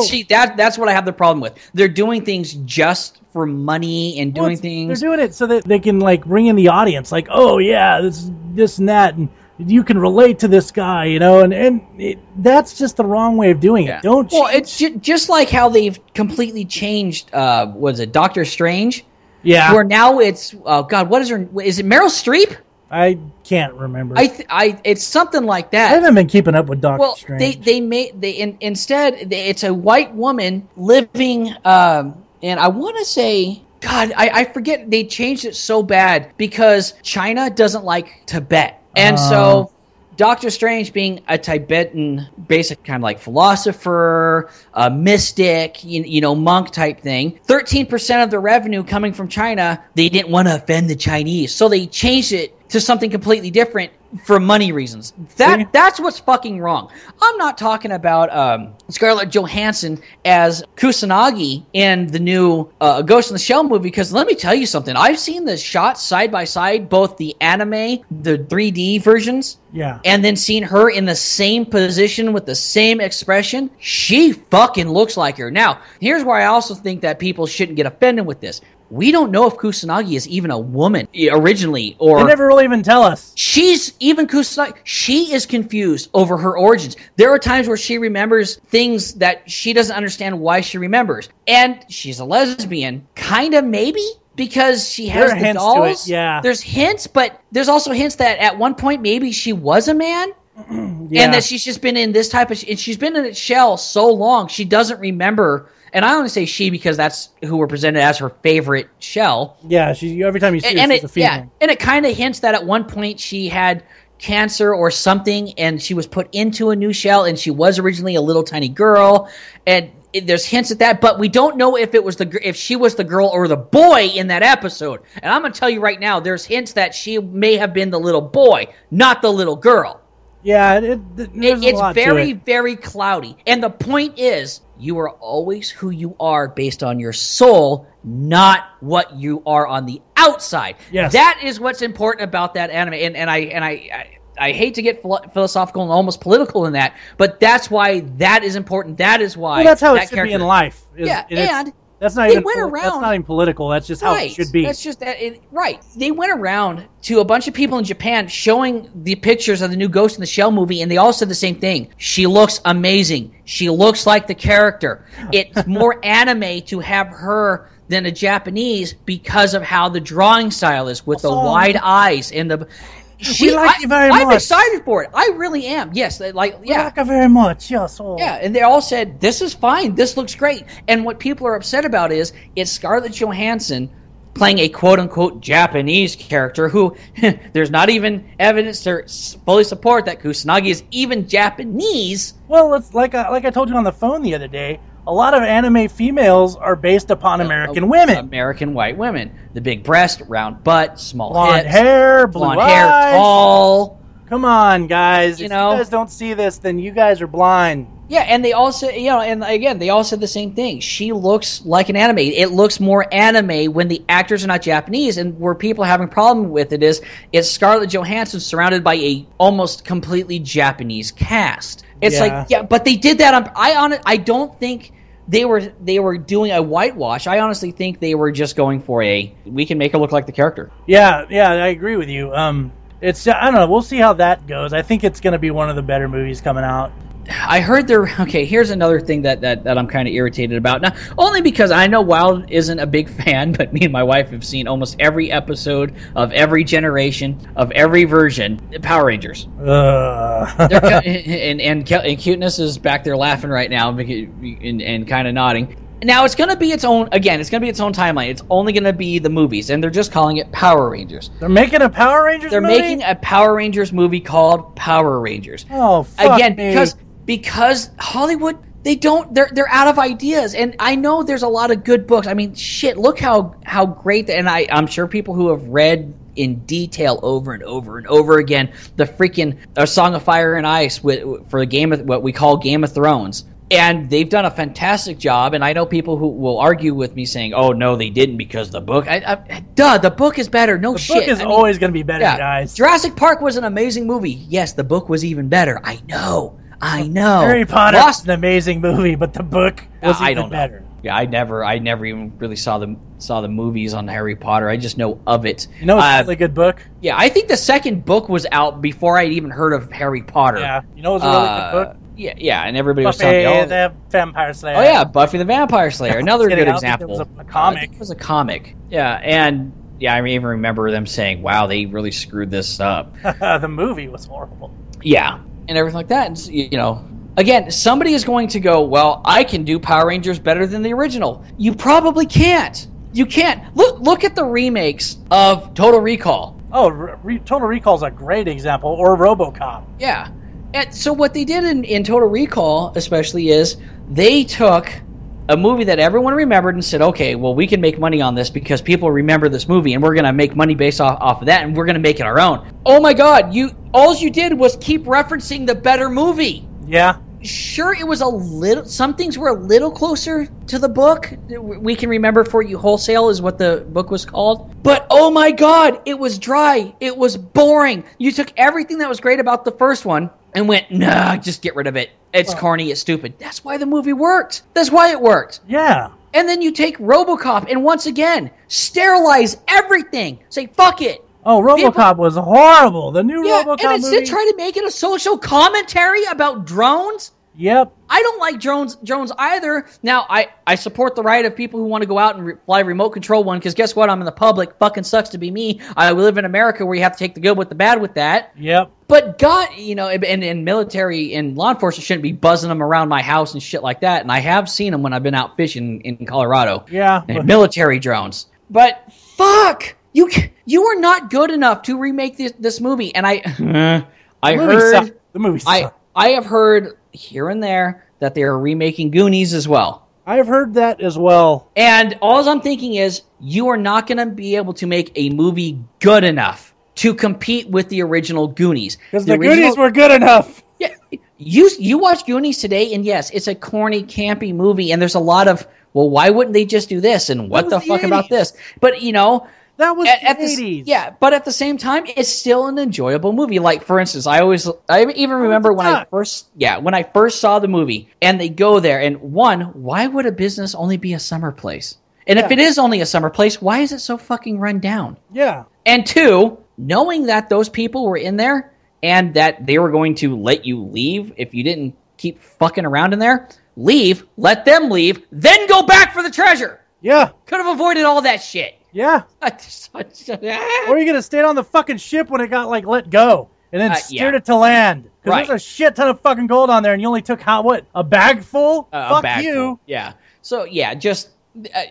S1: So see, that that's what I have the problem with. They're doing things just for money and
S2: Well,
S1: doing
S2: it's-
S1: things.
S2: They're doing it so that they can like bring in the audience, like, oh yeah, this this and that, and you can relate to this guy, you know, and and it, that's just the wrong way of doing it.
S1: Yeah.
S2: Don't
S1: well,
S2: you-
S1: it's ju- just like how they've completely changed. Uh, was it Doctor Strange?
S2: yeah,
S1: Where now it's oh god, what is her? Is it Meryl Streep?
S2: I can't remember.
S1: I th- I it's something like that.
S2: I haven't been keeping up with Doctor
S1: Well,
S2: Strange.
S1: they they made they in, instead they, it's a white woman living, um, and I want to say. God, I, I forget they changed it so bad because China doesn't like Tibet. And
S2: Uh.
S1: so Doctor Strange being a Tibetan, basic kind of like philosopher, a mystic, you, you know, monk type thing. 13% of the revenue coming from China, they didn't want to offend the Chinese. So they changed it to something completely different for money reasons. That
S2: See?
S1: that's what's fucking wrong. I'm not talking about um, Scarlett Johansson as Kusanagi in the new uh, Ghost in the Shell movie. Because let me tell you something. I've seen the shots side by side, both the anime, the 3D versions,
S2: Yeah.
S1: and then seeing her in the same position with the same expression, she fucking looks like her. Now, here's where I also think that people shouldn't get offended with this. We don't know if Kusanagi is even a woman eh, originally, or
S2: They never really even tell us.
S1: she's even Kusanagi. She is confused over her origins. There are times where she remembers things that she doesn't understand why she remembers, and she's a lesbian, kind of maybe. Because she has
S2: There are
S1: the
S2: hints to it,
S1: dolls,
S2: yeah.
S1: There's hints, but there's also hints that at one point maybe she was a man,
S2: Yeah.
S1: and that she's just been in this type of and she's been in a shell so long she doesn't remember and i only say she because that's who we're presented as her favorite shell
S2: yeah. She every time you see
S1: and,
S2: her,
S1: and
S2: she's a
S1: it
S2: female.
S1: yeah and it kind of hints that at one point she had cancer or something and she was put into a new shell and she was originally a little tiny girl and it- there's hints at that, but we don't know if it was the gr- if she was the girl or the boy in that episode. And I'm gonna tell you right now, there's hints that she may have been the little boy, not the little girl.
S2: Yeah, it, it, there's
S1: It-
S2: a
S1: it's
S2: lot
S1: very,
S2: to it.
S1: very cloudy. And the point is, you are always who you are based on your soul, not what you are on the outside.
S2: Yes.
S1: That is what's important about that anime. And, and I and I, I I hate to get philo- philosophical and almost political in that, but that's why that is important. That is why
S2: Well, that's how
S1: that
S2: it should be in life. is-
S1: Yeah,
S2: it's-
S1: and
S2: that's not
S1: they
S2: even
S1: went
S2: poli- That's
S1: around-
S2: not even political. That's just how it should be.
S1: That's just that. It, right. They went around to a bunch of people in Japan showing the pictures of the new Ghost in the Shell movie, and they all said the same thing. She looks amazing. She looks like the character. It's more anime to have her than a Japanese because of how the drawing style is with the
S2: Also-
S1: wide eyes and the. She,
S2: Oh. like
S1: I,
S2: you very
S1: I'm
S2: much.
S1: excited for it. I really am. Yes, like yeah,
S2: Thank you very much. Yes. oh.
S1: yeah, and they all said, "This is fine. This looks great." And what people are upset about is it's Scarlett Johansson playing a quote unquote Japanese character who there's not even evidence to s- fully support that Kusanagi is even Japanese.
S2: Well, it's like I, like I told you on the phone the other day. A lot of anime females are based upon American
S1: Uh,
S2: women.
S1: American white women, the big breast, round butt, small
S2: Blonde
S1: hips,
S2: hair, blue
S1: blonde
S2: eyes.
S1: hair, tall.
S2: Come on, guys.
S1: You
S2: if
S1: know?
S2: you guys don't see this, then you guys are blind.
S1: Yeah, and they all said, you know, and again, they all said the same thing. She looks like an anime. It looks more anime when the actors are not Japanese, and where people are having problem with it is it's Scarlett Johansson surrounded by a almost completely Japanese cast. It's
S2: Yeah.
S1: like, yeah, but they did that on. I on I don't think they were they were doing a whitewash. I honestly think they were just going for a we can make her look like the character.
S2: Yeah, yeah, I agree with you. Um, it's I don't know. We'll see how that goes. I think it's going to be one of the better movies coming out.
S1: I heard there. Okay, here's another thing that that, that I'm kind of irritated about. Now, only because I know Wild isn't a big fan, but me and my wife have seen almost every episode of every generation of every version. Power Rangers.
S2: Ugh.
S1: They're, co- and, and Kel- and cuteness is back there laughing right now because- and, and kind of nodding. Now it's going to be its own. Again, it's going to be its own timeline. It's only going to be the movies, and they're just calling it Power Rangers.
S2: They're making a Power Rangers
S1: They're
S2: movie?
S1: making a Power Rangers movie called Power Rangers
S2: Oh, fuck
S1: again
S2: me.
S1: because because Hollywood they don't they're they're out of ideas and I know there's a lot of good books. I mean shit, look how how great the, and I I'm sure people who have read in detail over and over and over again the freaking uh, Song of Fire and Ice with for Game of what we call Game of Thrones. And they've done a fantastic job, and I know people who will argue with me saying, "Oh no, they didn't because the book." I, I, duh, the book is better. No
S2: the
S1: shit.
S2: book is
S1: I mean,
S2: always going to be better, guys.
S1: Jurassic Park was an amazing movie. Yes, the book was even better. I know. I know.
S2: Harry Potter
S1: Lost.
S2: an amazing movie, but the book was
S1: I
S2: even
S1: don't know.
S2: better.
S1: Yeah, I never, I never even really saw the saw the movies on Harry Potter. I just know of it.
S2: You know, it's
S1: Uh,
S2: a really good book.
S1: yeah, I think the second book was out before I'd even heard of Harry Potter.
S2: Yeah, you know, it's a really
S1: Uh,
S2: good book.
S1: yeah, yeah, and everybody was telling me,
S2: Buffy
S1: oh,
S2: the Vampire Slayer.
S1: oh yeah, Buffy the Vampire Slayer, another
S2: kidding,
S1: good
S2: I don't think
S1: example.
S2: there was a-
S1: Uh,
S2: a
S1: I
S2: comic.
S1: think it was a comic. Yeah, and yeah, I even remember them saying, "Wow, they really screwed this up."
S2: the movie was horrible.
S1: yeah and everything like that and, s- you know again somebody is going to go well i can do power rangers better than the original you probably can't you can't look look at the remakes of total recall
S2: Oh, re- Total Recall's a great example, or RoboCop.
S1: Yeah. And so what they did in, in Total Recall, especially, is they took a movie that everyone remembered and said, okay, well, we can make money on this because people remember this movie and we're going to make money based off, off of that and we're going to make it our own. Oh my God, you all you did was keep referencing the better movie.
S2: Yeah,
S1: Sure, it was a little, some things were a little closer to the book. We can remember for you wholesale is what the book was called. But oh my God, it was dry. It was boring. You took everything that was great about the first one and went, nah, just get rid of it. It's corny, it's stupid. That's why the movie worked. That's why it worked.
S2: yeah.
S1: And then you take RoboCop and once again sterilize everything. Say fuck it.
S2: Oh, RoboCop was horrible. The new
S1: Yeah,
S2: RoboCop
S1: and instead
S2: movie.
S1: try to make it a social commentary about drones.
S2: yep.
S1: I don't like drones drones either. Now I I support the right of people who want to go out and re- fly remote control one because guess what? I'm in the public. Fucking sucks to be me. I live in America where you have to take the good with the bad with that.
S2: Yep.
S1: But God, you know, and, and military and law enforcement shouldn't be buzzing them around my house and shit like that. And I have seen them when I've been out fishing in Colorado.
S2: Yeah.
S1: And military drones. But fuck, you c- you are not good enough to remake this this movie. And I I
S2: The movie
S1: heard
S2: sucked. The movie
S1: I
S2: sucked.
S1: I have heard here and there that they are remaking Goonies as well.
S2: I, have heard that as well.
S1: And all I'm thinking is you are not going to be able to make a movie good enough to compete with the original Goonies.
S2: Because the,
S1: original-
S2: goodies were good enough.
S1: yeah, you you watch Goonies today, and yes, it's a corny, campy movie, and there's a lot of well, why wouldn't they just do this? And what
S2: was
S1: the
S2: the
S1: fuck about
S2: 80s.
S1: this? But you know,
S2: That was
S1: at, at
S2: the
S1: the s-
S2: 80s.
S1: yeah, but at the same time, it's still an enjoyable movie. Like for instance, I always I even remember when I
S2: Duck.
S1: first yeah when I first saw the movie, and they go there, and one, why would a business only be a summer place? And if it
S2: Yeah.
S1: is only a summer place, why is it so fucking run down?
S2: Yeah.
S1: And two, knowing that those people were in there and that they were going to let you leave if you didn't keep fucking around in there, leave, let them leave, then go back for the treasure.
S2: Yeah.
S1: Could have avoided all that shit.
S2: Yeah. Or you could have stayed on the fucking ship when it got like let go and then
S1: Uh,
S2: steered
S1: yeah.
S2: it to land. Because
S1: Right.
S2: there's a shit ton of fucking gold on there, and you only took how what a bag full.
S1: Uh,
S2: Fuck
S1: back
S2: you.
S1: row. Yeah. So yeah, just uh,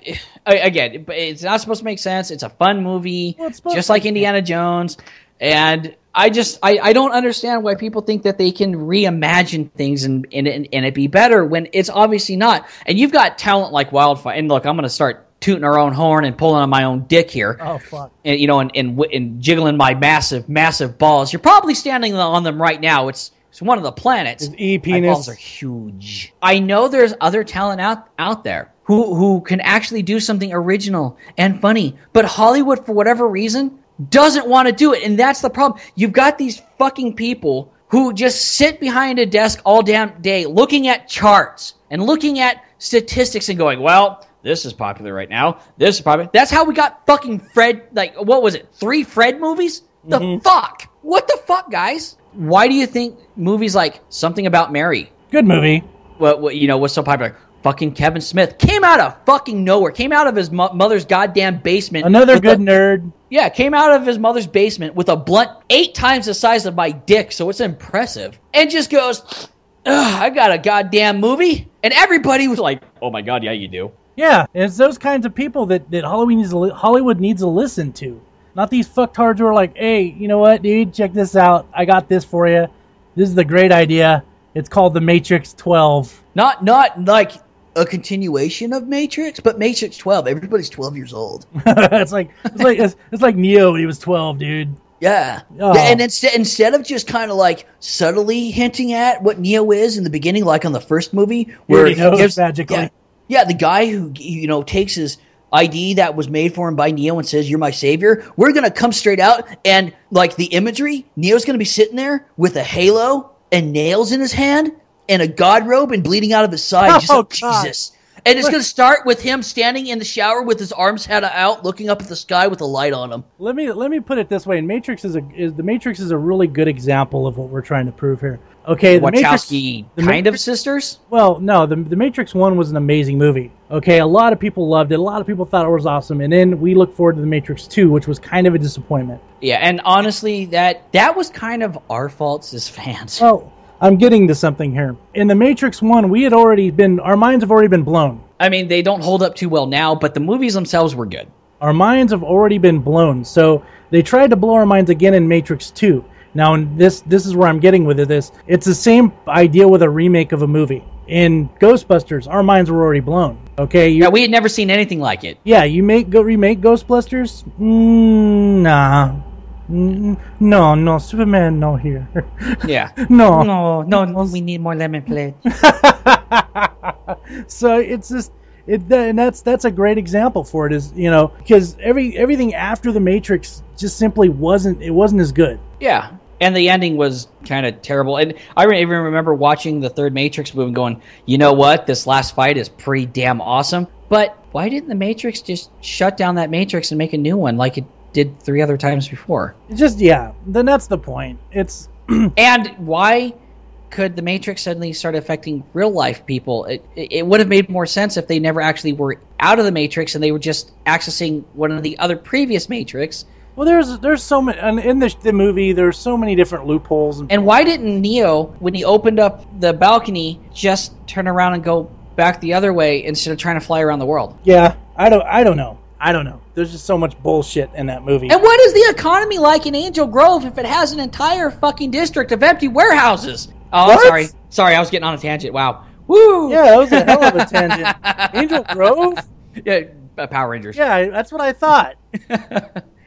S1: again, it- it's not supposed to make sense. It's a fun movie,
S2: Well, it's supposed
S1: just
S2: to
S1: like
S2: make
S1: Indiana Jones, and. I just I, I don't understand why people think that they can reimagine things and and, and and it be better when it's obviously not. And you've got talent like wildfire. And look, I'm going to start tooting our own horn and pulling on my own dick here
S2: Oh fuck.
S1: and you know, and, and wi- and jiggling my massive, massive balls. You're probably standing on them right now. It's it's one of the planets.
S2: His E
S1: My balls
S2: penis.
S1: are huge. I know there's other talent out out there who who can actually do something original and funny, but Hollywood, for whatever reason, doesn't want to do it, and that's the problem. You've got these fucking people who just sit behind a desk all damn day looking at charts and looking at statistics and going, well. This is popular right now. This is popular. That's how we got fucking Fred. Like, what was it? Three Fred movies? The fuck? What the fuck, guys? Why do you think movies like Something About Mary,
S2: Good movie.
S1: what, what you know, what's so popular? Fucking Kevin Smith came out of fucking nowhere. Came out of his mo- mother's goddamn basement.
S2: Another
S1: with
S2: good
S1: a-
S2: nerd.
S1: yeah, came out of his mother's basement with a blunt eight times the size of my dick, so it's impressive. And just goes, Ugh, I got a goddamn movie, and everybody was like, "Oh my god, yeah, you do."
S2: Yeah, and it's those kinds of people that that Hollywood needs to li- Hollywood needs to listen to. Not these fucktards who are like, "Hey, you know what, dude? Check this out. I got this for you. This is the great idea. It's called The Matrix 12."
S1: Not not like a continuation of Matrix, but Matrix Twelve. Everybody's twelve years old.
S2: it's like it's like it's, it's like Neo when he was 12, dude.
S1: Yeah.
S2: Oh.
S1: And instead, instead of just kind of like subtly hinting at what Neo is in the beginning, like on the first movie, where
S2: already knows
S1: gives-
S2: magically.
S1: Yeah, yeah, the guy who you know takes his ID that was made for him by Neo and says, "You're my savior." We're gonna come straight out and like the imagery, Neo's gonna be sitting there with a halo and nails in his hand and a god robe and bleeding out of his side. Just
S2: Oh,
S1: like,
S2: God.
S1: Jesus. And it's going to start with him standing in the shower with his arms head out, looking up at the sky with a light on him.
S2: Let me let me put it this way: and Matrix is a is the Matrix is a really good example of what we're trying to prove here. Okay, the Matrix,
S1: Wachowski
S2: the
S1: kind of
S2: Matrix-
S1: sisters.
S2: Well, no, the the Matrix One was an amazing movie. Okay, a lot of people loved it. A lot of people thought it was awesome, and then we look forward to the Matrix Two, which was kind of a disappointment.
S1: Yeah, and honestly, that that was kind of our faults as fans.
S2: Oh, I'm getting to something here. In the Matrix One, we had already been our minds have already been blown.
S1: I mean, they don't hold up too well now, but the movies themselves were good.
S2: Our minds have already been blown. So they tried to blow our minds again in Matrix 2. Now, and this this is where I'm getting with this. It's the same idea with a remake of a movie. In Ghostbusters, our minds were already blown. Okay, you,
S1: Yeah, we had never seen anything like it.
S2: yeah, you make go remake Ghostbusters? Mm, nah, Mm, no, no, Superman, no here,
S1: Yeah.
S2: no.
S4: No, no, no, we need more lemon plate.
S2: so it's just it that- and that's that's a great example for it is you know because every everything after the matrix just simply wasn't it wasn't as good
S1: Yeah. And the ending was kind of terrible. And I re- even remember watching the third Matrix movie and going, you know what? This last fight is pretty damn awesome. But why didn't the Matrix just shut down that Matrix and make a new one like it did three other times before?
S2: It's just yeah then that's the point it's
S1: And why could the Matrix suddenly start affecting real life people? It, it it would have made more sense if they never actually were out of the Matrix and they were just accessing one of the other previous Matrix.
S2: well there's there's so many and in the, the movie there's so many different loopholes and
S1: And why didn't Neo, when he opened up the balcony, just turn around and go back the other way instead of trying to fly around the world?
S2: yeah i don't i don't know i don't know there's just so much bullshit in that movie
S1: And what is the economy like in Angel Grove if it has an entire fucking district of empty warehouses? Oh, I'm
S2: What?
S1: sorry. Sorry, I was getting on a tangent. Wow. Woo!
S2: yeah that was a hell of a tangent angel grove
S1: Yeah, uh, Power Rangers.
S2: yeah that's what i thought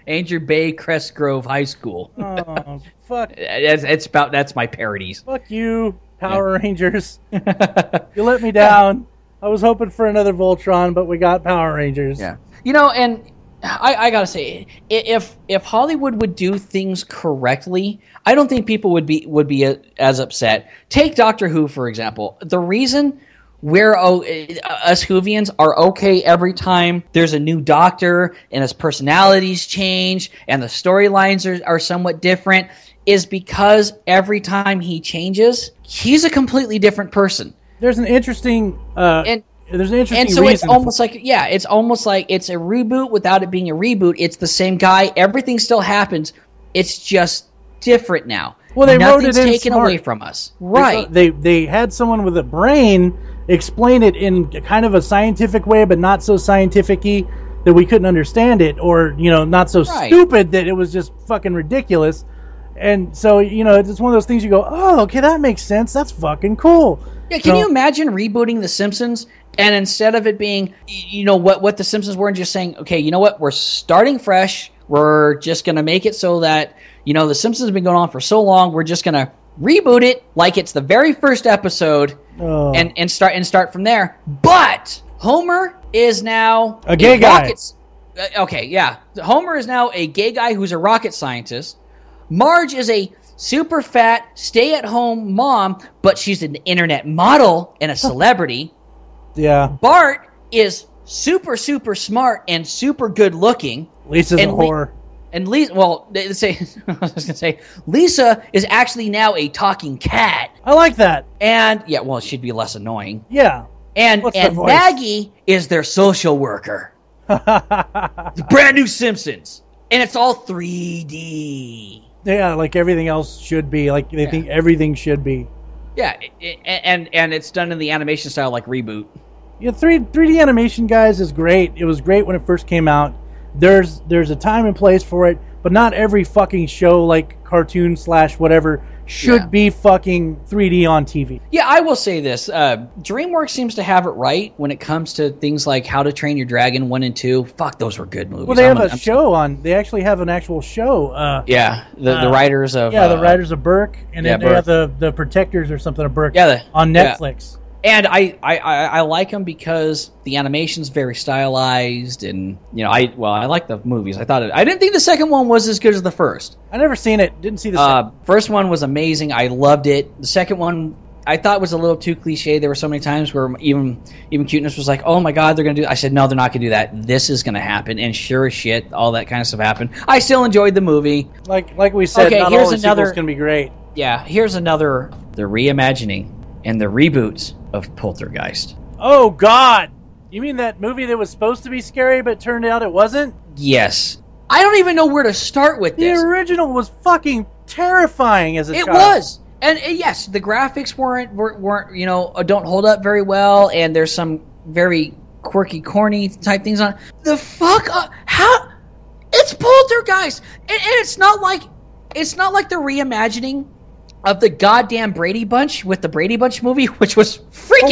S1: Angel Bay Crest Grove High School.
S2: oh fuck
S1: It's, it's about that's my parodies.
S2: fuck you power rangers You let me down. I was hoping for another Voltron, but we got Power Rangers.
S1: You know, and I, I gotta say, i- if if Hollywood would do things correctly, I don't think people would be would be uh as upset. Take Doctor Who for example. The reason we're oh, us Whovians are okay every time there's a new Doctor and his personalities change and the storylines are, are somewhat different is because every time he changes, he's a completely different person.
S2: There's an interesting. Uh,
S1: And
S2: there's an interesting
S1: and so it's
S2: reason.
S1: almost like yeah it's almost like it's a reboot without it being a reboot it's the same guy everything still happens it's just different now
S2: Well, they wrote it
S1: Nothing's
S2: in
S1: taken
S2: smart.
S1: away from us
S2: for-
S1: right
S2: They they had someone with a brain explain it in kind of a scientific way, but not so scientific-y that we couldn't understand it, or you know, not so
S1: Right.
S2: stupid that it was just fucking ridiculous. And so you know, it's just one of those things you go, oh, okay, that makes sense. That's fucking cool.
S1: yeah, can
S2: No.
S1: you imagine rebooting the simpsons and instead of it being y- you know what what the simpsons were and just saying okay you know what we're starting fresh we're just gonna make it so that you know the simpsons have been going on for so long we're just gonna reboot it like it's the very first episode
S2: Oh.
S1: and and start and start from there. But Homer is now
S2: A gay guy.
S1: rocket- uh, okay, yeah. Homer is now a gay guy who's a rocket scientist. Marge is a super fat, stay-at-home mom, but she's an internet model and a celebrity.
S2: yeah,
S1: Bart is super super smart and super good looking.
S2: Lisa's a
S1: and we-
S2: whore.
S1: And Lisa, well, they say I was gonna say Lisa is actually now a talking cat,
S2: I like that.
S1: and yeah, well, she'd be less annoying.
S2: Yeah.
S1: And
S2: What's
S1: and
S2: the voice?
S1: Maggie is their social worker. The brand new Simpsons. And it's all 3D.
S2: Yeah, like everything else should be. Like they think everything should be.
S1: Yeah, i- i- and and it's done in the animation style like reboot.
S2: Yeah, three three D animation guys is great. It was great when it first came out. There's there's a time and place for it, but not every fucking show like cartoon slash whatever should
S1: Yeah.
S2: be fucking three D on TV.
S1: Yeah, I will say this. Uh, DreamWorks seems to have it right when it comes to things like How to Train Your Dragon 1 and 2. Fuck, those were good movies.
S2: Well, they
S1: I'm
S2: have
S1: a-
S2: a
S1: I'm-
S2: show on. They actually have an actual show. Uh,
S1: Yeah, the, the
S2: Uh,
S1: writers of.
S2: yeah, the
S1: uh,
S2: writers of Burke, and
S1: yeah,
S2: then they have the the protectors or something of Burke
S1: Yeah, the-
S2: on
S1: yeah.
S2: Netflix.
S1: and I, I, I, I like them because the animation's very stylized, and you know, I well, I like the movies. I thought it, I didn't think the second one was as good as the first.
S2: I never seen it. Didn't see the
S1: Uh, first one was amazing. I loved it. The second one I thought was a little too cliche. There were so many times where even even cuteness was like, "Oh my god, they're gonna do." I said, "No, they're not gonna do that. This is gonna happen." And sure as shit, all that kind of stuff happened. I still enjoyed the movie.
S2: like like we said.
S1: okay,
S2: not
S1: here's
S2: all the
S1: another-
S2: sequels can be great.
S1: Yeah, here's another: the reimagining and the reboots of Poltergeist.
S2: Oh God! You mean that movie that was supposed to be scary but turned out it wasn't?
S1: Yes, I don't even know where to start with
S2: The
S1: this.
S2: original was fucking terrifying as a
S1: It
S2: child.
S1: was. And uh, yes, the graphics weren't weren't, weren't you know uh, don't hold up very well, and there's some very quirky, corny type things on. The fuck? Uh, how? It's Poltergeist, and, and it's not like it's not like the reimagining of the goddamn Brady Bunch with the Brady Bunch movie, which was freaking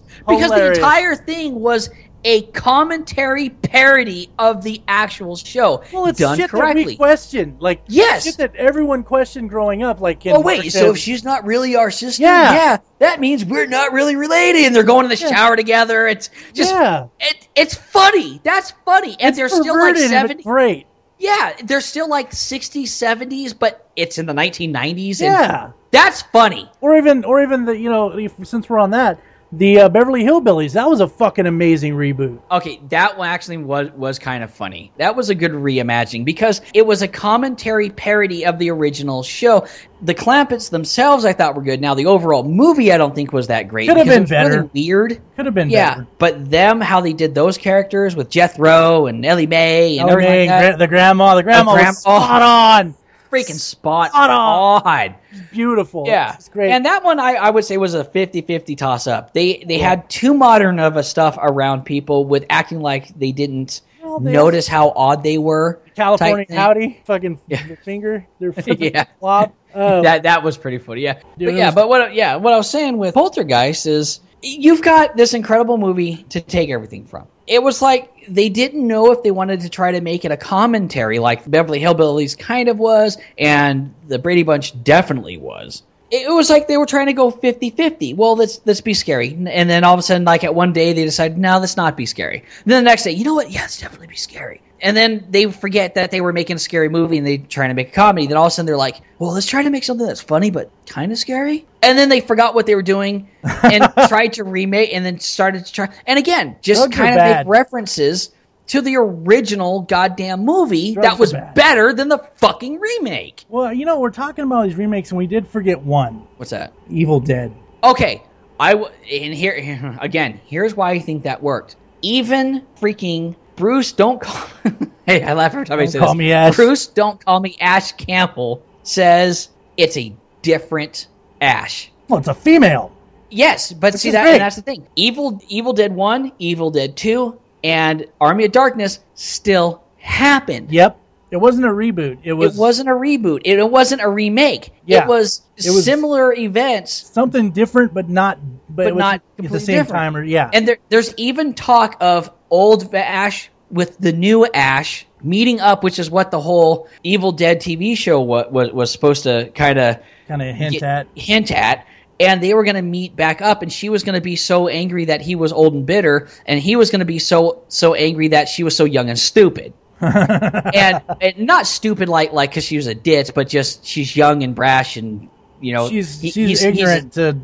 S1: hilarious, because
S2: Hilarious.
S1: the entire thing was a commentary parody of the actual show
S2: Well, it's
S1: done
S2: shit that we
S1: correctly.
S2: question. Like
S1: Yes.
S2: shit that everyone questioned growing up. Like, in
S1: Oh wait, so
S2: Marxism.
S1: if she's not really our sister,
S2: Yeah.
S1: yeah, that means we're not really related. And they're going in the shower together. It's just
S2: yeah,
S1: it, it's funny. That's funny. And they're still like
S2: perverted and it's
S1: 70.
S2: Great.
S1: Yeah, they're still like 60s, 70s, but it's in the 1990s. And
S2: Yeah,
S1: That's funny.
S2: or even or even the you know if, since we're on that, the uh, Beverly Hillbillies that was a fucking amazing reboot.
S1: Okay, that one actually was was kind of funny. That was a good reimagining because it was a commentary parody of the original show. The Clampets themselves, I thought were good. Now the overall movie, I don't think was that great.
S2: Could have
S1: because
S2: been
S1: it was really
S2: better.
S1: weird.
S2: Could have been
S1: Yeah,
S2: better.
S1: but them, how they did those characters with Jethro and Ellie Mae and
S2: Oh,
S1: everything like
S2: dang,
S1: that,
S2: gra- the grandma, the grandma,
S1: grandma.
S2: was spot on.
S1: freaking spot,
S2: spot on.
S1: on.
S2: Beautiful.
S1: Yeah,
S2: it's great.
S1: And that one, I, I would say, was a 50-50 toss-up. They they had too modern of a stuff around people with acting like they didn't
S2: Well, they-
S1: notice how odd they were.
S2: California
S1: type thing.
S2: howdy, fucking
S1: Yeah.
S2: the finger, their flipping
S1: Yeah.
S2: flop. Oh,
S1: that that was pretty funny. Yeah,
S2: Dude,
S1: but
S2: it
S1: yeah,
S2: was-
S1: but what yeah what I was saying with Poltergeist is you've got this incredible movie to take everything from. It was like they didn't know if they wanted to try to make it a commentary like Beverly Hillbillies kind of was, and the Brady Bunch definitely was. It it was like they were trying to go 50-50. Well, let's let's be scary, and then all of a sudden, like at one day, they decide, no, let's not be scary. then the next day, you know what? Yeah, let's definitely be scary. And then they forget that they were making a scary movie and they trying to make a comedy. Then all of a sudden they're like, "Well, let's try to make something that's funny but kind of scary." And then they forgot what they were doing and tried to remake and then started to try. And again, just
S2: Drugs are
S1: kind of make
S2: bad.
S1: references to the original goddamn movie
S2: Drugs
S1: that was
S2: are bad.
S1: better than the fucking remake.
S2: well, you know we're talking about these remakes, and we did forget one,
S1: What's that?
S2: Evil Dead.
S1: Okay, I w- and here again. Here's why I think that worked. Even freaking Bruce, don't call. hey, I laugh every time I
S2: Don't
S1: say
S2: call
S1: this.
S2: me Ash.
S1: Bruce, don't call me Ash Campbell. Says it's a different Ash.
S2: Well, it's a female.
S1: Yes, but see
S2: is
S1: that,
S2: great.
S1: and that's the thing. Evil, Evil Dead One, Evil Dead Two, and Army of Darkness still happened.
S2: Yep, it wasn't a reboot. It was
S1: it wasn't a reboot. It, it wasn't a remake.
S2: Yeah.
S1: It was
S2: It was-
S1: similar events
S2: something different, but not, but,
S1: But
S2: it was
S1: not
S2: at the
S1: completely
S2: same
S1: different.
S2: time. Or yeah,
S1: And there, there's even talk of old Ash with the new Ash meeting up, which is what the whole Evil Dead TV show was, was, was supposed to kind of
S2: kind of hint at.
S1: hint at. And they were going to meet back up, and she was going to be so angry that he was old and bitter, and he was going to be so so angry that she was so young and stupid, and, and not stupid like like because she was a ditz, but just she's young and brash, and you know
S2: she's
S1: he- he's-
S2: she's
S1: he's-
S2: ignorant to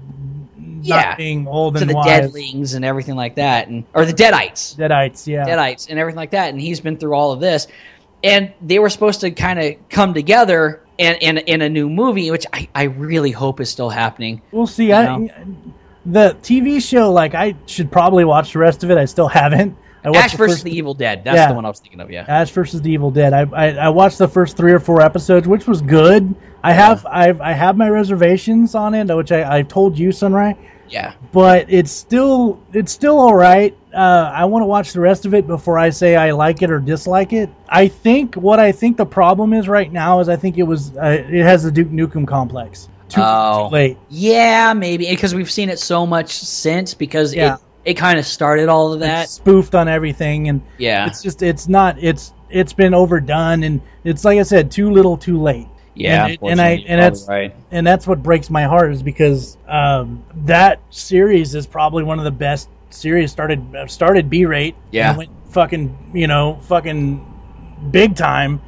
S1: Yeah.
S2: not being old
S1: to
S2: and
S1: the
S2: wise.
S1: deadlings and everything like that, and or the deadites,
S2: Deadites, yeah.
S1: Deadites and everything like that, and he's been through all of this. And they were supposed to kind of come together and in, in a new movie, which I, I really hope is still happening.
S2: We'll see. I,
S1: know?
S2: the TV show, like I should probably watch the rest of it. I still haven't. I watched
S1: Ash versus the Evil Dead. That's
S2: Yeah.
S1: the one I was thinking of. Yeah.
S2: Ash versus the Evil Dead. I, I I watched the first three or four episodes, which was good. I have I've, I have my reservations on it, which I, I told you, Sunray.
S1: Yeah.
S2: But it's still it's still all right. Uh, I want to watch the rest of it before I say I like it or dislike it. I think what I think the problem is right now is I think it was uh, it has the Duke Nukem complex. Too,
S1: Oh.
S2: too late.
S1: Yeah, maybe because we've seen it so much since because
S2: Yeah.
S1: it it kind of started all of that.
S2: It's spoofed on everything and
S1: yeah.
S2: it's just it's not it's it's been overdone and it's like i said too little too late
S1: yeah.
S2: and it- and I-
S1: unfortunately,
S2: and
S1: you're
S2: it's-
S1: probably right.
S2: and that's what breaks my heart is because um, that series is probably one of the best series started started b-rate
S1: Yeah.
S2: and went fucking you know fucking big time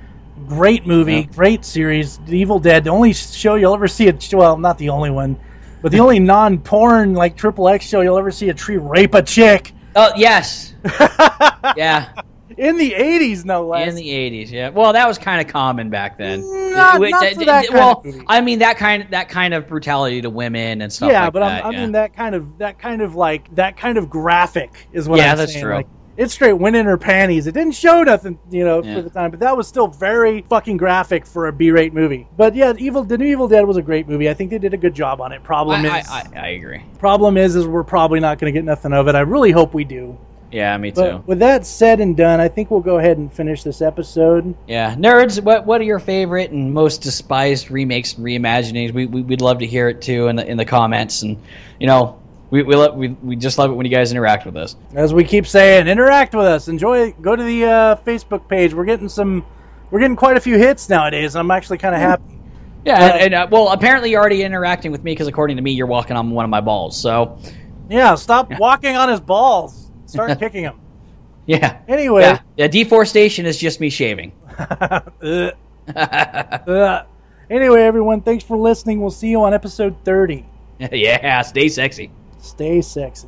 S2: great movie
S1: Yeah.
S2: great series the evil dead the only show you'll ever see it well not the only one but the only non-porn like triple x show you'll ever see a tree rape a chick
S1: Oh yes. yeah.
S2: in the 80s no less
S1: In the eighties, yeah. Well, that was kind of common back then.
S2: Not-
S1: Wait,
S2: not
S1: that-
S2: for that kind
S1: well,
S2: of movie.
S1: I mean that kind that kind of brutality to women and stuff.
S2: yeah,
S1: like
S2: but
S1: that,
S2: I'm,
S1: yeah.
S2: I mean that kind of that kind of like that kind of graphic is what
S1: Yeah,
S2: I'm
S1: that's
S2: saying.
S1: true.
S2: Like, it straight went in her panties. It didn't show nothing, you know,
S1: Yeah.
S2: for the time, but that was still very fucking graphic for a B-rate movie. But yeah, Evil the new Evil Dead was a great movie. I think they did a good job on it. Problem
S1: I,
S2: is,
S1: I, I, I agree.
S2: problem is, is we're probably not going to get nothing of it. I really hope we do.
S1: Yeah, me too.
S2: But with that said and done, I think we'll go ahead and finish this episode.
S1: Yeah, nerds. What what are your favorite and most despised remakes and reimaginings? We, we would love to hear it too in the in the comments, and you know we we, lo- we we just love it when you guys interact with us.
S2: As we keep saying, interact with us. Enjoy. Go to the uh, Facebook page. We're getting some. We're getting quite a few hits nowadays, and I'm actually kind of happy.
S1: Yeah, and, and uh, well, apparently you're already interacting with me because according to me, you're walking on one of my balls. So
S2: Yeah, stop walking on his balls. Start kicking him.
S1: yeah,
S2: Anyway.
S1: yeah, yeah. Deforestation is just me shaving.
S2: Ugh. Ugh. Uh, Anyway, everyone, thanks for listening. We'll see you on episode 30.
S1: yeah, stay sexy.
S2: Stay sexy.